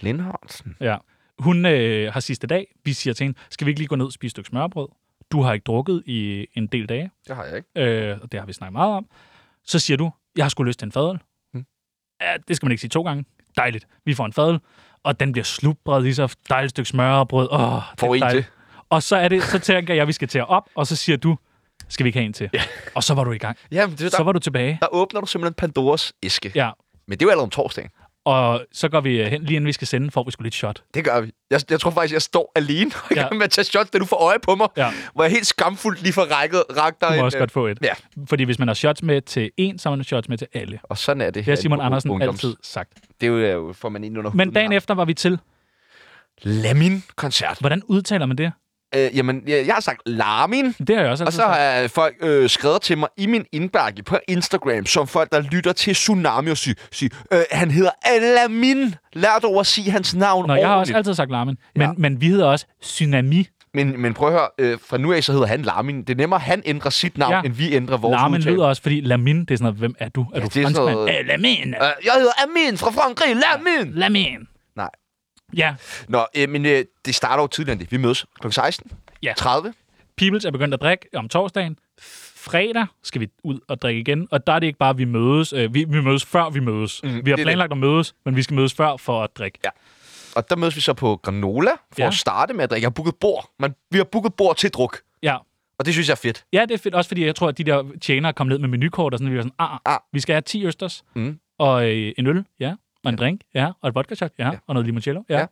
Speaker 2: Lindhardsen.
Speaker 3: Ja. Hun øh, har sidste dag. Vi siger til hende, skal vi ikke lige gå ned og spise et stykke smørbrød? Du har ikke drukket i en del dage,
Speaker 2: Det har jeg ikke.
Speaker 3: øh, og det har vi snakket meget om. Så siger du, jeg har sgu lyst til en fadøl.
Speaker 2: Mm.
Speaker 3: Ja, det skal man ikke sige to gange. Dejligt. Vi får en fadel, og den bliver slubret i sig. Dejligt stykke smørbrød. Åh, det
Speaker 2: Får
Speaker 3: er
Speaker 2: en
Speaker 3: dejligt. Og så, er det, så tænker jeg, at vi skal til at op, og så siger du, skal vi ikke have en til? Ja. Og så var du i gang.
Speaker 2: Jamen, det, er
Speaker 3: Så
Speaker 2: der,
Speaker 3: var du tilbage.
Speaker 2: der åbner du simpelthen Pandoras æske.
Speaker 3: Ja.
Speaker 2: Men det er jo allerede om torsdagen.
Speaker 3: Og så går vi øh, hen, lige inden vi skal sende, får vi sgu lidt shot.
Speaker 2: Det gør vi. Jeg, jeg tror faktisk, jeg står alene og i
Speaker 3: Ja.
Speaker 2: gang med at tage shots, da du får øje på mig.
Speaker 3: Ja.
Speaker 2: Hvor jeg helt skamfuldt lige får rækket, rækket dig
Speaker 3: Du må
Speaker 2: en,
Speaker 3: også
Speaker 2: øh,
Speaker 3: godt få et.
Speaker 2: Ja.
Speaker 3: Fordi hvis man har shots med til en, så har man shots med til alle.
Speaker 2: Og sådan er det.
Speaker 3: Det har
Speaker 2: her i
Speaker 3: Simon
Speaker 2: u-
Speaker 3: Andersen
Speaker 2: ungdoms-
Speaker 3: altid sagt.
Speaker 2: Det er jo, er jo, får man ind under
Speaker 3: Men dagen
Speaker 2: huden.
Speaker 3: efter var vi til.
Speaker 2: Lamin-koncert.
Speaker 3: Hvordan udtaler man det?
Speaker 2: Øh, jamen, jeg, jeg har sagt Lamin.
Speaker 3: Det har jeg også altid
Speaker 2: Og så
Speaker 3: sagt.
Speaker 2: har øh, folk øh, skrevet til mig i min indbakke på Instagram, som folk, der lytter til Tsunami, og siger, sig, øh, han hedder Alamin. Lær dog at sige hans navn
Speaker 3: Nå, jeg har også
Speaker 2: ordentligt.
Speaker 3: altid sagt Larmen. Men,
Speaker 2: Ja.
Speaker 3: ja. men vi hedder også Tsunami.
Speaker 2: Men, men prøv at høre, øh, fra nu af, så hedder han Lamin. Det er nemmere, at han ændrer sit navn, ja.
Speaker 3: Ja.
Speaker 2: end vi ændrer vores
Speaker 3: Larmen
Speaker 2: udtale.
Speaker 3: lyder også, fordi Lamin, det er sådan noget, hvem er du? Er
Speaker 2: Ja,
Speaker 3: du
Speaker 2: det er sådan
Speaker 3: franskmand?
Speaker 2: noget-
Speaker 3: Øh, Lamin!
Speaker 2: Øh, jeg hedder Amin fra Frankrig. Lamin!
Speaker 3: Lamin!
Speaker 2: Nej.
Speaker 3: Ja,
Speaker 2: Nå, øh, men øh, det starter jo tidligere end det. Vi mødes kl. 16.
Speaker 3: Ja.
Speaker 2: 30.
Speaker 3: Peoples er begyndt at drikke om torsdagen. Fredag skal vi ud og drikke igen, og der er det ikke bare, at vi mødes. Øh, vi, vi mødes før vi mødes. Mm, vi
Speaker 2: Mhm, det er
Speaker 3: har
Speaker 2: det.
Speaker 3: planlagt at mødes, men vi skal mødes før for at drikke.
Speaker 2: Ja. Og der mødes vi så på Granola for ja.
Speaker 3: Ja.
Speaker 2: at starte med at drikke. Jeg har booket bord. Man, vi har booket bord til druk.
Speaker 3: Ja.
Speaker 2: Og det synes jeg er fedt.
Speaker 3: ja, det er fedt. Også fordi jeg tror, at de der tjenere kom ned med menukort og sådan, og vi var sådan, ah,
Speaker 2: Ah.
Speaker 3: ah. vi skal have 10 østers
Speaker 2: Mm.
Speaker 3: og øh, en øl, ja, og en drink, ja, og et vodka shot, ja, ja. og noget limoncello, ja.
Speaker 2: Ja.
Speaker 3: ja.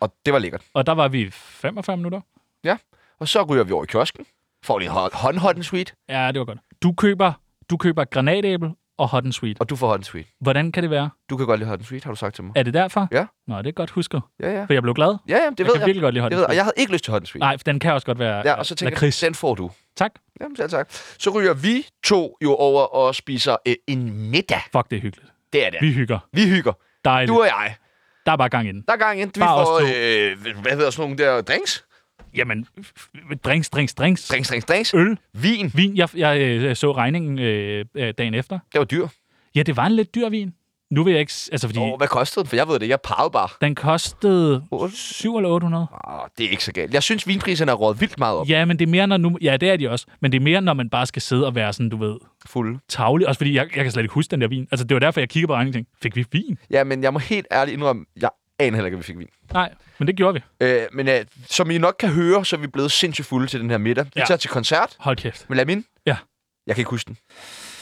Speaker 2: Og det var lækkert.
Speaker 3: Og der var vi 45 minutter.
Speaker 2: Ja. Og så ryger vi over i kiosken. Får lige hot, hot, hot and sweet.
Speaker 3: Ja, det var godt. Du køber, du køber granatæble og hot and sweet.
Speaker 2: Og du får hot and sweet.
Speaker 3: Hvordan kan det være?
Speaker 2: Du kan godt lide hot and sweet, har du sagt til mig.
Speaker 3: Er det derfor?
Speaker 2: Ja.
Speaker 3: Nå, det er godt husket.
Speaker 2: Ja, ja.
Speaker 3: For jeg blev glad.
Speaker 2: Ja, ja, det
Speaker 3: Jeg
Speaker 2: ved
Speaker 3: kan
Speaker 2: jeg.
Speaker 3: virkelig godt lide hot
Speaker 2: Det
Speaker 3: and
Speaker 2: ved jeg.
Speaker 3: sweet.
Speaker 2: Og jeg havde ikke lyst til hot and sweet.
Speaker 3: Nej, for den kan også godt være
Speaker 2: Ja, og så tænker
Speaker 3: lakrids.
Speaker 2: jeg, den får du.
Speaker 3: Tak.
Speaker 2: Jamen selv tak. Så ryger vi to jo over og spiser øh, en middag.
Speaker 3: Fuck, det er hyggeligt.
Speaker 2: Det er det.
Speaker 3: Vi hygger.
Speaker 2: Vi hygger.
Speaker 3: Dejligt.
Speaker 2: Du
Speaker 3: Du er...
Speaker 2: og jeg.
Speaker 3: Der er bare gang i den.
Speaker 2: Der er gang ind. Vi
Speaker 3: Bare os
Speaker 2: får,
Speaker 3: to.
Speaker 2: øh, hvad hedder sådan nogle der drinks?
Speaker 3: Jamen, f- f- drinks, drinks, drinks.
Speaker 2: Drinks, drinks, drinks.
Speaker 3: Øl,
Speaker 2: Vin.
Speaker 3: vin. Jeg, jeg øh, så regningen øh, øh, dagen efter.
Speaker 2: Det var dyr.
Speaker 3: Ja, det var en lidt dyr vin. Nu vil jeg ikke... s- Altså, fordi
Speaker 2: Åh,
Speaker 3: oh.
Speaker 2: hvad kostede den? For jeg ved det, jeg pegede bare.
Speaker 3: den kostede
Speaker 2: Otte.
Speaker 3: 7 eller 800.
Speaker 2: Åh, det er ikke så galt. Jeg synes, vinpriserne er rådet vildt meget op.
Speaker 3: Ja, men det er mere, når nu... Ja, det er de også. Men det er mere, når man bare skal sidde og være sådan, du ved,
Speaker 2: Fulde.
Speaker 3: tavlig. Også fordi, jeg, jeg kan slet ikke huske den der vin. Altså, det var derfor, jeg kiggede på regningen og tænkte, fik vi vin?
Speaker 2: Ja, men jeg må helt ærligt indrømme, jeg aner heller ikke, at vi fik vin.
Speaker 3: Nej, men det gjorde vi.
Speaker 2: Øh, men øh, som I nok kan høre, så er vi blevet sindssygt fulde til den her middag. Vi
Speaker 3: Ja.
Speaker 2: tager til koncert
Speaker 3: Hold kæft.
Speaker 2: med Lamin.
Speaker 3: Ja.
Speaker 2: Jeg kan ikke huske den.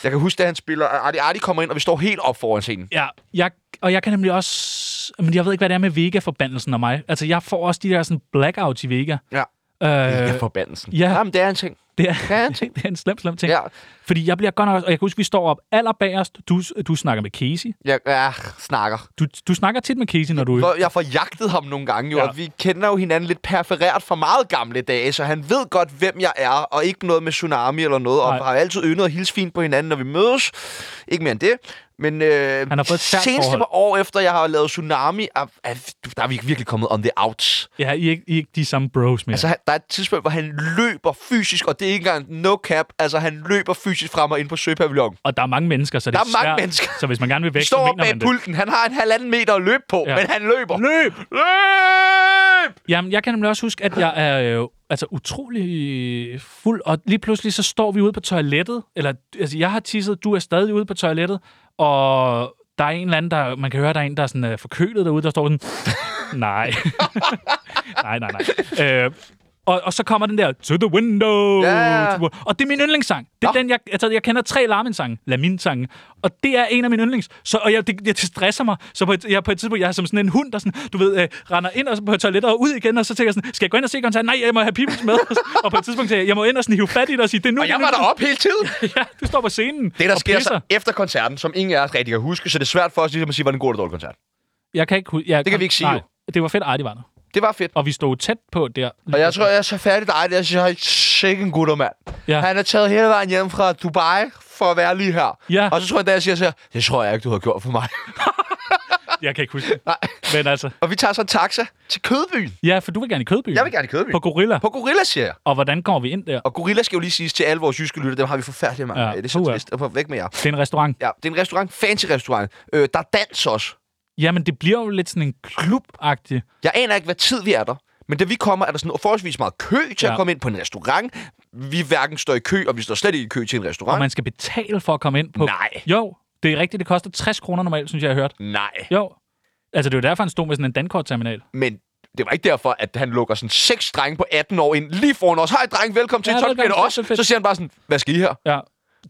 Speaker 2: Jeg kan huske, da han spiller, og Arti Arti kommer ind, og vi står helt op foran scenen.
Speaker 3: Ja, jeg, og jeg kan nemlig også... Men jeg ved ikke, hvad det er med Vega-forbandelsen og mig. Altså, jeg får også de der sådan blackouts i Vega.
Speaker 2: Ja.
Speaker 3: Øh,
Speaker 2: ja, forbandelsen.
Speaker 3: ja.
Speaker 2: Jamen, det er en ting.
Speaker 3: det, er,
Speaker 2: Ja, en ting.
Speaker 3: det er en slem, slem ting.
Speaker 2: Ja,
Speaker 3: Fordi jeg bliver godt nok... Og jeg kan huske, vi står op allerbagerst. Du, du snakker med Casey.
Speaker 2: jeg, jeg snakker.
Speaker 3: Du, du snakker tit med Casey, når du...
Speaker 2: For jeg får jagtet ham nogle gange jo, ja.
Speaker 3: Ja.
Speaker 2: og vi kender jo hinanden lidt perfereret fra meget gamle dage, så han ved godt, hvem jeg er, og ikke noget med tsunami eller noget, Nej. og
Speaker 3: Nej.
Speaker 2: har altid yndet at hilse fint på hinanden, når vi mødes. Ikke mere end det. Men øh,
Speaker 3: Han har fået et sært
Speaker 2: seneste
Speaker 3: forhold.
Speaker 2: par år efter, jeg har lavet tsunami, er, er, der er vi virkelig kommet on the outs.
Speaker 3: Ja, I er ikke, I er ikke de samme bros
Speaker 2: Altså,
Speaker 3: mere. Altså,
Speaker 2: han- der er et tidspunkt, hvor han løber fysisk, og det er ikke engang no cap, altså han løber fysisk frem og ind på Søpavillon.
Speaker 3: og der er mange mennesker, så det
Speaker 2: Der
Speaker 3: er,
Speaker 2: er mange
Speaker 3: svært.
Speaker 2: mennesker.
Speaker 3: Så hvis man gerne vil væk, så
Speaker 2: Står op
Speaker 3: mener
Speaker 2: bag
Speaker 3: man det.
Speaker 2: pulten, han har en halvanden meter at løbe på, ja.
Speaker 3: Ja.
Speaker 2: men han løber.
Speaker 3: Løb!
Speaker 2: Løb!
Speaker 3: Jamen, jeg kan nemlig også huske, at jeg er jo altså, utrolig fuld, og lige pludselig så står vi ude på toilettet, eller altså, jeg har tisset, du er stadig ude på toilettet, og der er en eller anden, der, man kan høre, der er en, der er sådan, uh, forkølet derude, der står sådan, nej, nej, nej, nej. Øh, og, og, så kommer den der, to the window,
Speaker 2: Ja.
Speaker 3: to- og det er min yndlingssang. Det er
Speaker 2: Nå.
Speaker 3: den, jeg, altså, jeg kender tre Larmin-sange, Lamin-sange, og det er en af mine yndlings. Så, og jeg, det, jeg, det stresser mig, så på et, jeg, på et tidspunkt, jeg er som sådan en hund, der sådan, du ved, øh, render ind og så på toilettet og ud igen, og så tænker jeg sådan, skal jeg gå ind og se koncerten? Nej, jeg må have Peoples med. og på et tidspunkt tænker jeg, jeg må ind og sådan hive fat i dig og sige, det er nu.
Speaker 2: Og jeg
Speaker 3: det er
Speaker 2: var
Speaker 3: nu."
Speaker 2: deroppe hele tiden.
Speaker 3: Ja, du står på scenen
Speaker 2: Det, der
Speaker 3: og
Speaker 2: sker
Speaker 3: pisser.
Speaker 2: så efter koncerten, som ingen af os rigtig kan huske, så det er svært for os ligesom at sige, var det en god eller dårlig koncert.
Speaker 3: Jeg kan ikke, hu- jeg,
Speaker 2: Det kan vi ikke sige,
Speaker 3: nej,
Speaker 2: jo.
Speaker 3: Det var fedt, Artie var der.
Speaker 2: Det var fedt.
Speaker 3: Og vi stod tæt på der.
Speaker 2: Og jeg tror, jeg er så færdig dig, at jeg siger, "Ej, sikke en gutter, mand. Ja.
Speaker 3: Ja.
Speaker 2: Han er taget hele vejen hjem fra Dubai for at være lige her.
Speaker 3: Ja.
Speaker 2: Og så tror jeg, da jeg siger, så, det tror jeg ikke, du har gjort for mig.
Speaker 3: jeg kan ikke huske det.
Speaker 2: Nej.
Speaker 3: Men altså,
Speaker 2: Og vi tager så en taxa til Kødbyen.
Speaker 3: ja, for du vil gerne i Kødby.
Speaker 2: Jeg vil gerne i Kødbyen.
Speaker 3: På Gorilla.
Speaker 2: På Gorilla, siger jeg.
Speaker 3: Og hvordan kommer vi ind der?
Speaker 2: Og Gorilla skal jo lige siges til alle vores jyske lytter, dem har vi forfærdeligt mange
Speaker 3: Ja,
Speaker 2: af. Det er så
Speaker 3: puha.
Speaker 2: trist. Og væk med jer.
Speaker 3: Det er en restaurant.
Speaker 2: Ja, det er en restaurant. Fancy restaurant. Øh, der er dans også.
Speaker 3: Jamen, det bliver jo lidt sådan en klubagtig.
Speaker 2: Jeg aner ikke, hvad tid vi er der. Men da vi kommer, er der sådan forholdsvis meget kø til ja. at
Speaker 3: Ja.
Speaker 2: komme ind på en restaurant. Vi hverken står i kø, og vi står slet ikke i kø til en
Speaker 3: Og
Speaker 2: restaurant.
Speaker 3: man skal betale for at komme ind på...
Speaker 2: Nej.
Speaker 3: Jo, det er rigtigt. Det koster 60 kroner normalt, synes jeg, jeg har hørt.
Speaker 2: Nej.
Speaker 3: Jo. Altså, det er jo derfor, han stod med sådan en Dankort-terminal.
Speaker 2: Men det var ikke derfor, at han lukker sådan seks drenge på 18 år ind lige foran os. Hej dreng, velkommen
Speaker 3: Ja,
Speaker 2: til Top
Speaker 3: velkommen
Speaker 2: Gear
Speaker 3: til
Speaker 2: også.
Speaker 3: Top Gear.
Speaker 2: Så siger han bare sådan, hvad skal I her?
Speaker 3: Ja.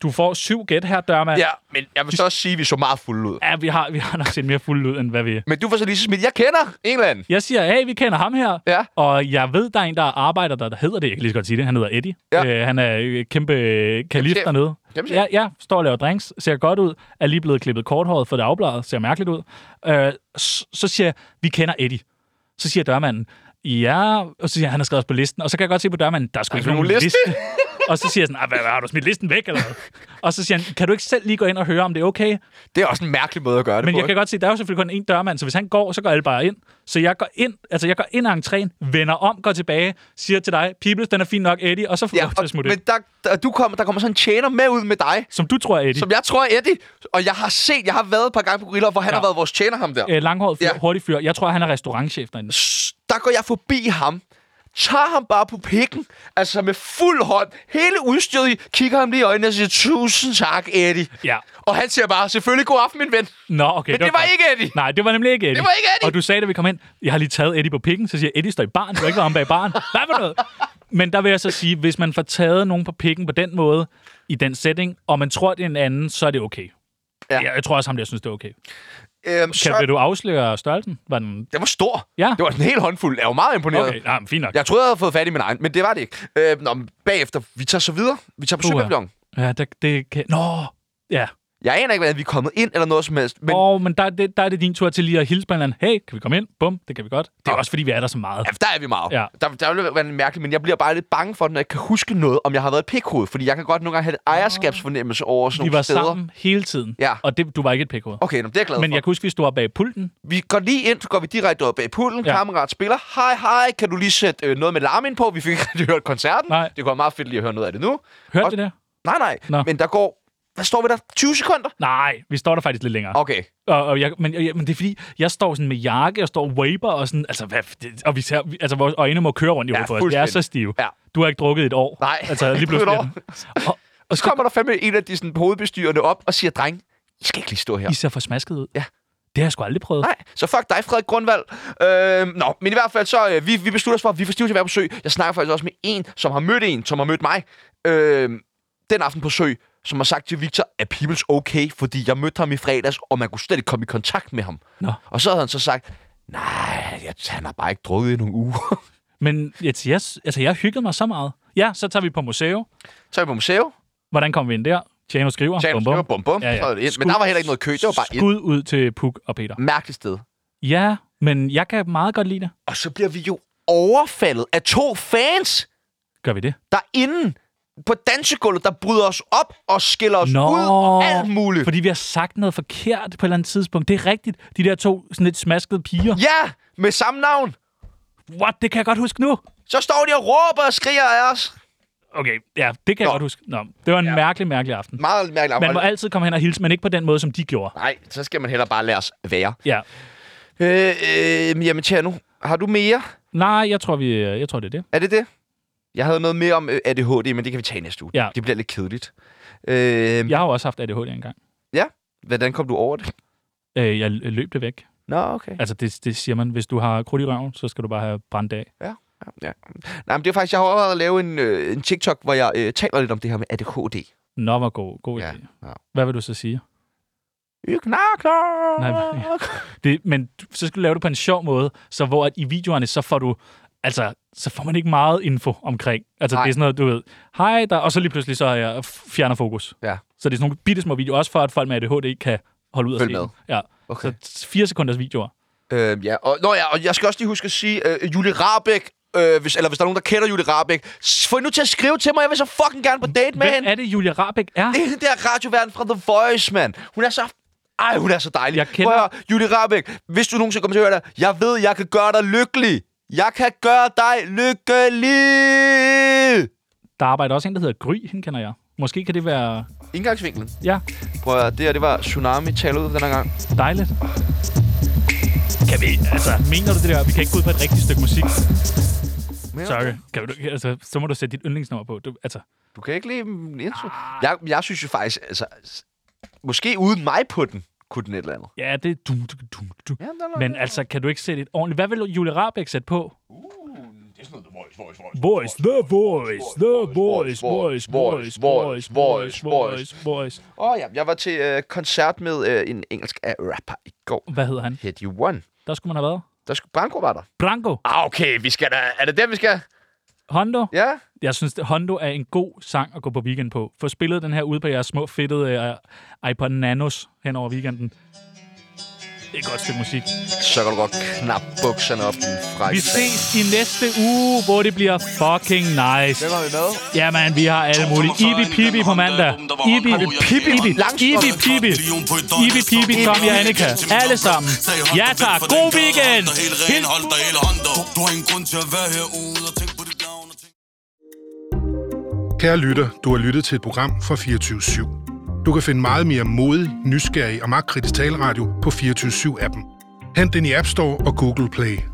Speaker 3: Du får syv gæt her, dørmand.
Speaker 2: Ja, men jeg vil så også sige, at vi så meget fulde ud.
Speaker 3: ja vi, har, vi har nok set mere fuld ud, end hvad vi er.
Speaker 2: Men du var så lige så smidt, jeg kender en eller anden.
Speaker 3: Jeg siger, hey, vi kender ham her.
Speaker 2: Ja.
Speaker 3: Og jeg ved, der er en, der arbejder der, der hedder det. Jeg kan lige så godt sige det. Han hedder Eddie.
Speaker 2: Ja.
Speaker 3: Øh, han er øh, kæmpe øh, kalif
Speaker 2: chef.
Speaker 3: dernede.
Speaker 2: Kæmpe chef.
Speaker 3: Ja, ja, står og laver drinks. Ser godt ud. Er lige blevet klippet korthåret, for det afbladet. Ser mærkeligt ud. Øh, s- så siger jeg, vi kender Eddie. Så siger dørmanden, ja. Og så siger jeg, han har skrevet os på listen. Og så kan jeg godt se på dørmanden, der er sgu ikke
Speaker 2: ikke
Speaker 3: nogen
Speaker 2: nogen
Speaker 3: liste. liste. og så siger jeg sådan, "Ah, hvad, hvad, har du smidt listen væk? Eller hvad? og så siger han, kan du ikke selv lige gå ind og høre, om det er okay?
Speaker 2: Det er også en mærkelig måde at gøre det
Speaker 3: Men
Speaker 2: på.
Speaker 3: jeg kan godt se, der er jo selvfølgelig kun en dørmand, så hvis han går, så går alle bare ind. Så jeg går ind, altså jeg går ind ad entréen, vender om, går tilbage, siger til dig, Peoples, den er fin nok, Eddie, og så får du
Speaker 2: ja,
Speaker 3: lov til
Speaker 2: og,
Speaker 3: at smutte
Speaker 2: men
Speaker 3: men...
Speaker 2: der, der, du kommer, der kommer sådan en tjener med ud med dig,
Speaker 3: Som du tror, er Eddie. Som...
Speaker 2: som jeg tror er Eddie. Og jeg har set, jeg har været et par gange på Gorilla, hvor han
Speaker 3: Ja.
Speaker 2: har været vores tjener, ham der.
Speaker 3: Øh, langhåret fyr,
Speaker 2: Ja.
Speaker 3: ja. hurtig fyr. Jeg tror, han er restaurantchef derinde.
Speaker 2: S- Der går jeg forbi ham, tager ham bare på pikken, altså med fuld hånd, hele udstyret i, kigger ham lige i øjnene og siger, tusind tak, Eddie.
Speaker 3: Ja.
Speaker 2: Og han siger bare, selvfølgelig god aften, min ven.
Speaker 3: Nå, okay.
Speaker 2: Men det var
Speaker 3: godt.
Speaker 2: ikke Eddie.
Speaker 3: Nej, det var nemlig ikke Eddie.
Speaker 2: Det var ikke Eddie.
Speaker 3: Og du sagde, da vi kom ind, jeg har lige taget Eddie på pikken, så siger jeg, Eddie står i baren, du har ikke været om bag baren. Hvad for noget? Men der vil jeg så sige, hvis man får taget nogen på pikken på den måde, i den setting, og man tror, det er en anden, så er det okay.
Speaker 2: Ja.
Speaker 3: Ja. Jeg, jeg tror også, ham der synes, det er okay.
Speaker 2: Øhm,
Speaker 3: Kan,
Speaker 2: så,
Speaker 3: vil du afsløre størrelsen? Var den...
Speaker 2: det var stor.
Speaker 3: Ja.
Speaker 2: Det var en hel håndfuld. Jeg var meget imponeret.
Speaker 3: Okay, nej, men fint nok.
Speaker 2: Jeg troede, jeg havde fået fat i min egen, men det var det ikke. Øh, nå, men bagefter, vi tager så videre. Vi tager på
Speaker 3: Uha.
Speaker 2: cykelpavillon.
Speaker 3: Ja, det, det kan... Nå, ja.
Speaker 2: Jeg aner ikke, hvordan vi er kommet ind eller noget som helst. Men
Speaker 3: Men... Og, men der, er det, der er det din tur til lige at hilse på hinanden. Hey, kan vi komme ind? Bum, det kan vi godt. Det er
Speaker 2: Nå.
Speaker 3: også, fordi vi er der så meget.
Speaker 2: Ja, for der er vi meget. Ja.
Speaker 3: Ja.
Speaker 2: Der, der vil være lidt mærkeligt, men jeg bliver bare lidt bange for, når jeg ikke kan huske noget, om jeg har været et pikhoved. Fordi jeg kan godt nogle gange have lidt ejerskabsfornemmelse over sådan
Speaker 3: Vi
Speaker 2: nogle
Speaker 3: var
Speaker 2: steder.
Speaker 3: sammen hele tiden,
Speaker 2: Ja.
Speaker 3: og det, du var ikke et pk. Okay,
Speaker 2: Okay, nå, det er jeg glad
Speaker 3: men
Speaker 2: for.
Speaker 3: jeg kan huske, vi stod bag pulten.
Speaker 2: Vi går lige ind, så går vi direkte op bag pulten. Ja.
Speaker 3: Ja.
Speaker 2: Kammerat spiller. Hej, hej, kan du lige sætte øh, noget med larm ind på? Vi fik ikke rigtig hørt koncerten.
Speaker 3: Nej.
Speaker 2: Det kunne være meget fedt lige at høre noget af det nu.
Speaker 3: Hørte
Speaker 2: Og-
Speaker 3: og... det der?
Speaker 2: Nej, nej.
Speaker 3: Nå.
Speaker 2: Men der går... Hvad står vi der? 20 sekunder?
Speaker 3: Nej, vi står der faktisk lidt længere.
Speaker 2: Okay.
Speaker 3: Og, og jeg, men, jeg, men det er fordi, jeg står sådan med jakke og står og vaper og sådan, altså, hvad, det, og vi ser, vi- altså, vores øjne må køre rundt i
Speaker 2: Ja,
Speaker 3: hovedet på os. Jeg er
Speaker 2: fuldstændig.
Speaker 3: så stiv.
Speaker 2: Ja.
Speaker 3: Du har ikke drukket i et år.
Speaker 2: Nej,
Speaker 3: Altså, lige
Speaker 2: ikke på et
Speaker 3: pludselig. er
Speaker 2: år.
Speaker 3: den- Og,
Speaker 2: Og så kommer der fandme en af de sådan, hovedbestyrende op og siger, dreng, I skal ikke lige stå her.
Speaker 3: I ser for smasket ud.
Speaker 2: Ja.
Speaker 3: Det har jeg sgu aldrig prøvet.
Speaker 2: Nej, så fuck dig, Frederik Grundvald. Øh, nå, men i hvert fald så, øh, vi, vi beslutter os for, at vi får stiv til at være på sø. Jeg snakker faktisk også med en, som har mødt en, som har mødt mig. Øh, den aften på sø, som har sagt til Victor, at Peoples okay, fordi jeg mødte ham i fredags, og man kunne slet ikke komme i kontakt med ham.
Speaker 3: Nå.
Speaker 2: Og så havde han så sagt, nej, jeg, han har bare ikke drukket i nogle uger.
Speaker 3: Men altså, jeg, altså, jeg hyggede mig så meget. Ja, så tager vi på museum.
Speaker 2: så er vi på museum.
Speaker 3: Hvordan kom vi ind der? Tjano skriver.
Speaker 2: Tjano skriver, bum, bum. Så er det ind. Men der var heller ikke noget kø, det var bare ind. Mm.
Speaker 3: Skud ud til Puk og Peter.
Speaker 2: Mærkeligt sted.
Speaker 3: Ja, men jeg kan meget godt lide det.
Speaker 2: Og så bliver vi jo overfaldet af to fans,
Speaker 3: Gør vi det?
Speaker 2: der er inde på dansegulvet, der bryder os op og skiller os
Speaker 3: Nå,
Speaker 2: ud og alt muligt.
Speaker 3: Fordi vi har sagt noget forkert på et eller andet tidspunkt. Det er rigtigt. De der to sådan lidt smaskede piger.
Speaker 2: Ja, med samme navn.
Speaker 3: What? Det kan jeg godt huske nu.
Speaker 2: Så står de og råber og skriger af os.
Speaker 3: Okay, ja, det kan Nå.
Speaker 2: Nå.
Speaker 3: jeg godt huske. Nå, det var en ja. mærkelig, mærkelig aften.
Speaker 2: Meget mærkeligt.
Speaker 3: Man må
Speaker 2: afhold.
Speaker 3: altid komme hen og hilse, men ikke på den måde, som de gjorde.
Speaker 2: Nej, så skal man heller bare lade os være.
Speaker 3: Ja.
Speaker 2: Øh, øh, jamen, Tjerno, har du mere?
Speaker 3: Nej, jeg tror, vi, øh, jeg tror det er det.
Speaker 2: Er det det? Jeg havde noget mere om øh, ADHD, men det kan vi tage i næste uge.
Speaker 3: Ja.
Speaker 2: Det bliver lidt kedeligt. Øh, ja.
Speaker 3: Mm. Jeg har jo også haft ADHD engang.
Speaker 2: Hvordan kom du over det?
Speaker 3: Øh, jeg løb det væk.
Speaker 2: Nå, okay.
Speaker 3: Altså, det, det siger man, hvis du har krudt i røven, så skal du bare have brændt af.
Speaker 2: Ja. Nej, men det er faktisk, jeg har overvejet at lave en, øh, en TikTok, hvor jeg øh, taler lidt om det her med ADHD.
Speaker 3: Nå, hvor god, god
Speaker 2: Ja,
Speaker 3: idé.
Speaker 2: ja.
Speaker 3: Hvad vil du så sige?
Speaker 2: Knak, knak.
Speaker 3: Nej, men- Det, men du- så skal du lave det på en sjov måde, så hvor at i videoerne, så får du... Altså, så får man ikke meget info omkring. Altså,
Speaker 2: Nej.
Speaker 3: det er sådan noget, du ved, hej der, og så lige pludselig så er jeg f- fjerner fokus.
Speaker 2: Ja.
Speaker 3: Så det er sådan nogle bitte små videoer, også for at folk med ADHD kan holde ud og
Speaker 2: Følg
Speaker 3: se
Speaker 2: med.
Speaker 3: dem. Ja.
Speaker 2: Okay.
Speaker 3: Så fire sekunders videoer.
Speaker 2: Øh, ja, og, nå ja, og jeg skal også lige huske at sige, øh, Julie Rabeck, øh, hvis, eller hvis der er nogen, der kender Julie Rabeck, s- få nu til at skrive til mig, jeg vil så fucking gerne på date med
Speaker 3: Hvem
Speaker 2: hende.
Speaker 3: er det, Julia Rabeck er?
Speaker 2: Det er hende der radioverden fra The Voice, mand. Hun er så... Ej, hun er så dejlig.
Speaker 3: Jeg kender-
Speaker 2: Prøv at høre, Julie Rabeck, hvis du nogensinde kommer til at høre det, jeg ved, jeg kan gøre dig lykkelig. Jeg kan gøre dig lykkelig.
Speaker 3: Der arbejder også en, der hedder Gry, hende kender jeg. Måske kan det være...
Speaker 2: Indgangsvinklen.
Speaker 3: Ja,
Speaker 2: Prøv at høre, det her, det var Tsunami taler ud den her gang.
Speaker 3: dejligt. Kan vi, altså, mener du det der? Vi kan ikke gå ud på et rigtigt stykke musik.
Speaker 2: Men-
Speaker 3: Sorry. Kan du, altså, så må du sætte dit yndlingsnummer på. Du, altså,
Speaker 2: Du kan ikke lide min intro. Jeg, jeg synes jo faktisk, altså, s- måske uden mig på den, kunne den et eller andet.
Speaker 3: Ja, det er dum, dum, dum, dum.
Speaker 2: Ja, den er
Speaker 3: Men altså, kan du ikke sætte et ordentligt... Hvad vil Julie Rabeck sætte på?
Speaker 4: Uh, Det er sådan noget, voice, voice, voice.
Speaker 3: Voice, the voice, the voice, voice, voice, voice, voice, voice, voice.
Speaker 2: Åh oh, ja, jeg var til øh, koncert med øh, en engelsk øh, rapper i går.
Speaker 3: Hvad hedder han?
Speaker 2: Hit You One.
Speaker 3: Der skulle man have været.
Speaker 2: Der skulle Branko var der.
Speaker 3: Branko,
Speaker 2: Ah, okay, vi skal da... Er det der, vi skal?
Speaker 3: Hondo.
Speaker 2: Ja?
Speaker 3: Jeg synes, at Hondo er en god sang at gå på weekend på. Få spillet den her ude på jeres små fedtede uh, iPod Nanos hen over weekenden. Det er et godt stykke musik.
Speaker 2: Så kan du godt knap bukserne op, din frække.
Speaker 3: Vi ses i næste uge, hvor det bliver fucking nice.
Speaker 2: Hvem har vi med?
Speaker 3: Jamen, vi har alle mulige. Ibi Pibi på mandag. Ibi Pibi. Ibi Ibi Pibi. Ibi Pibi, Tommy og Annika. Alle sammen. Ja tak. God weekend. Hils
Speaker 5: Hold dig hele hånden dog. Du har ingen grund til at være herude og tænk på dit navn og tænk
Speaker 6: Kære lytter, du har lyttet til et program fra 24 /7. Du kan finde meget mere modig, nysgerrig og magtkritisk taleradio på 24 7 appen Hent den i App Store og Google Play.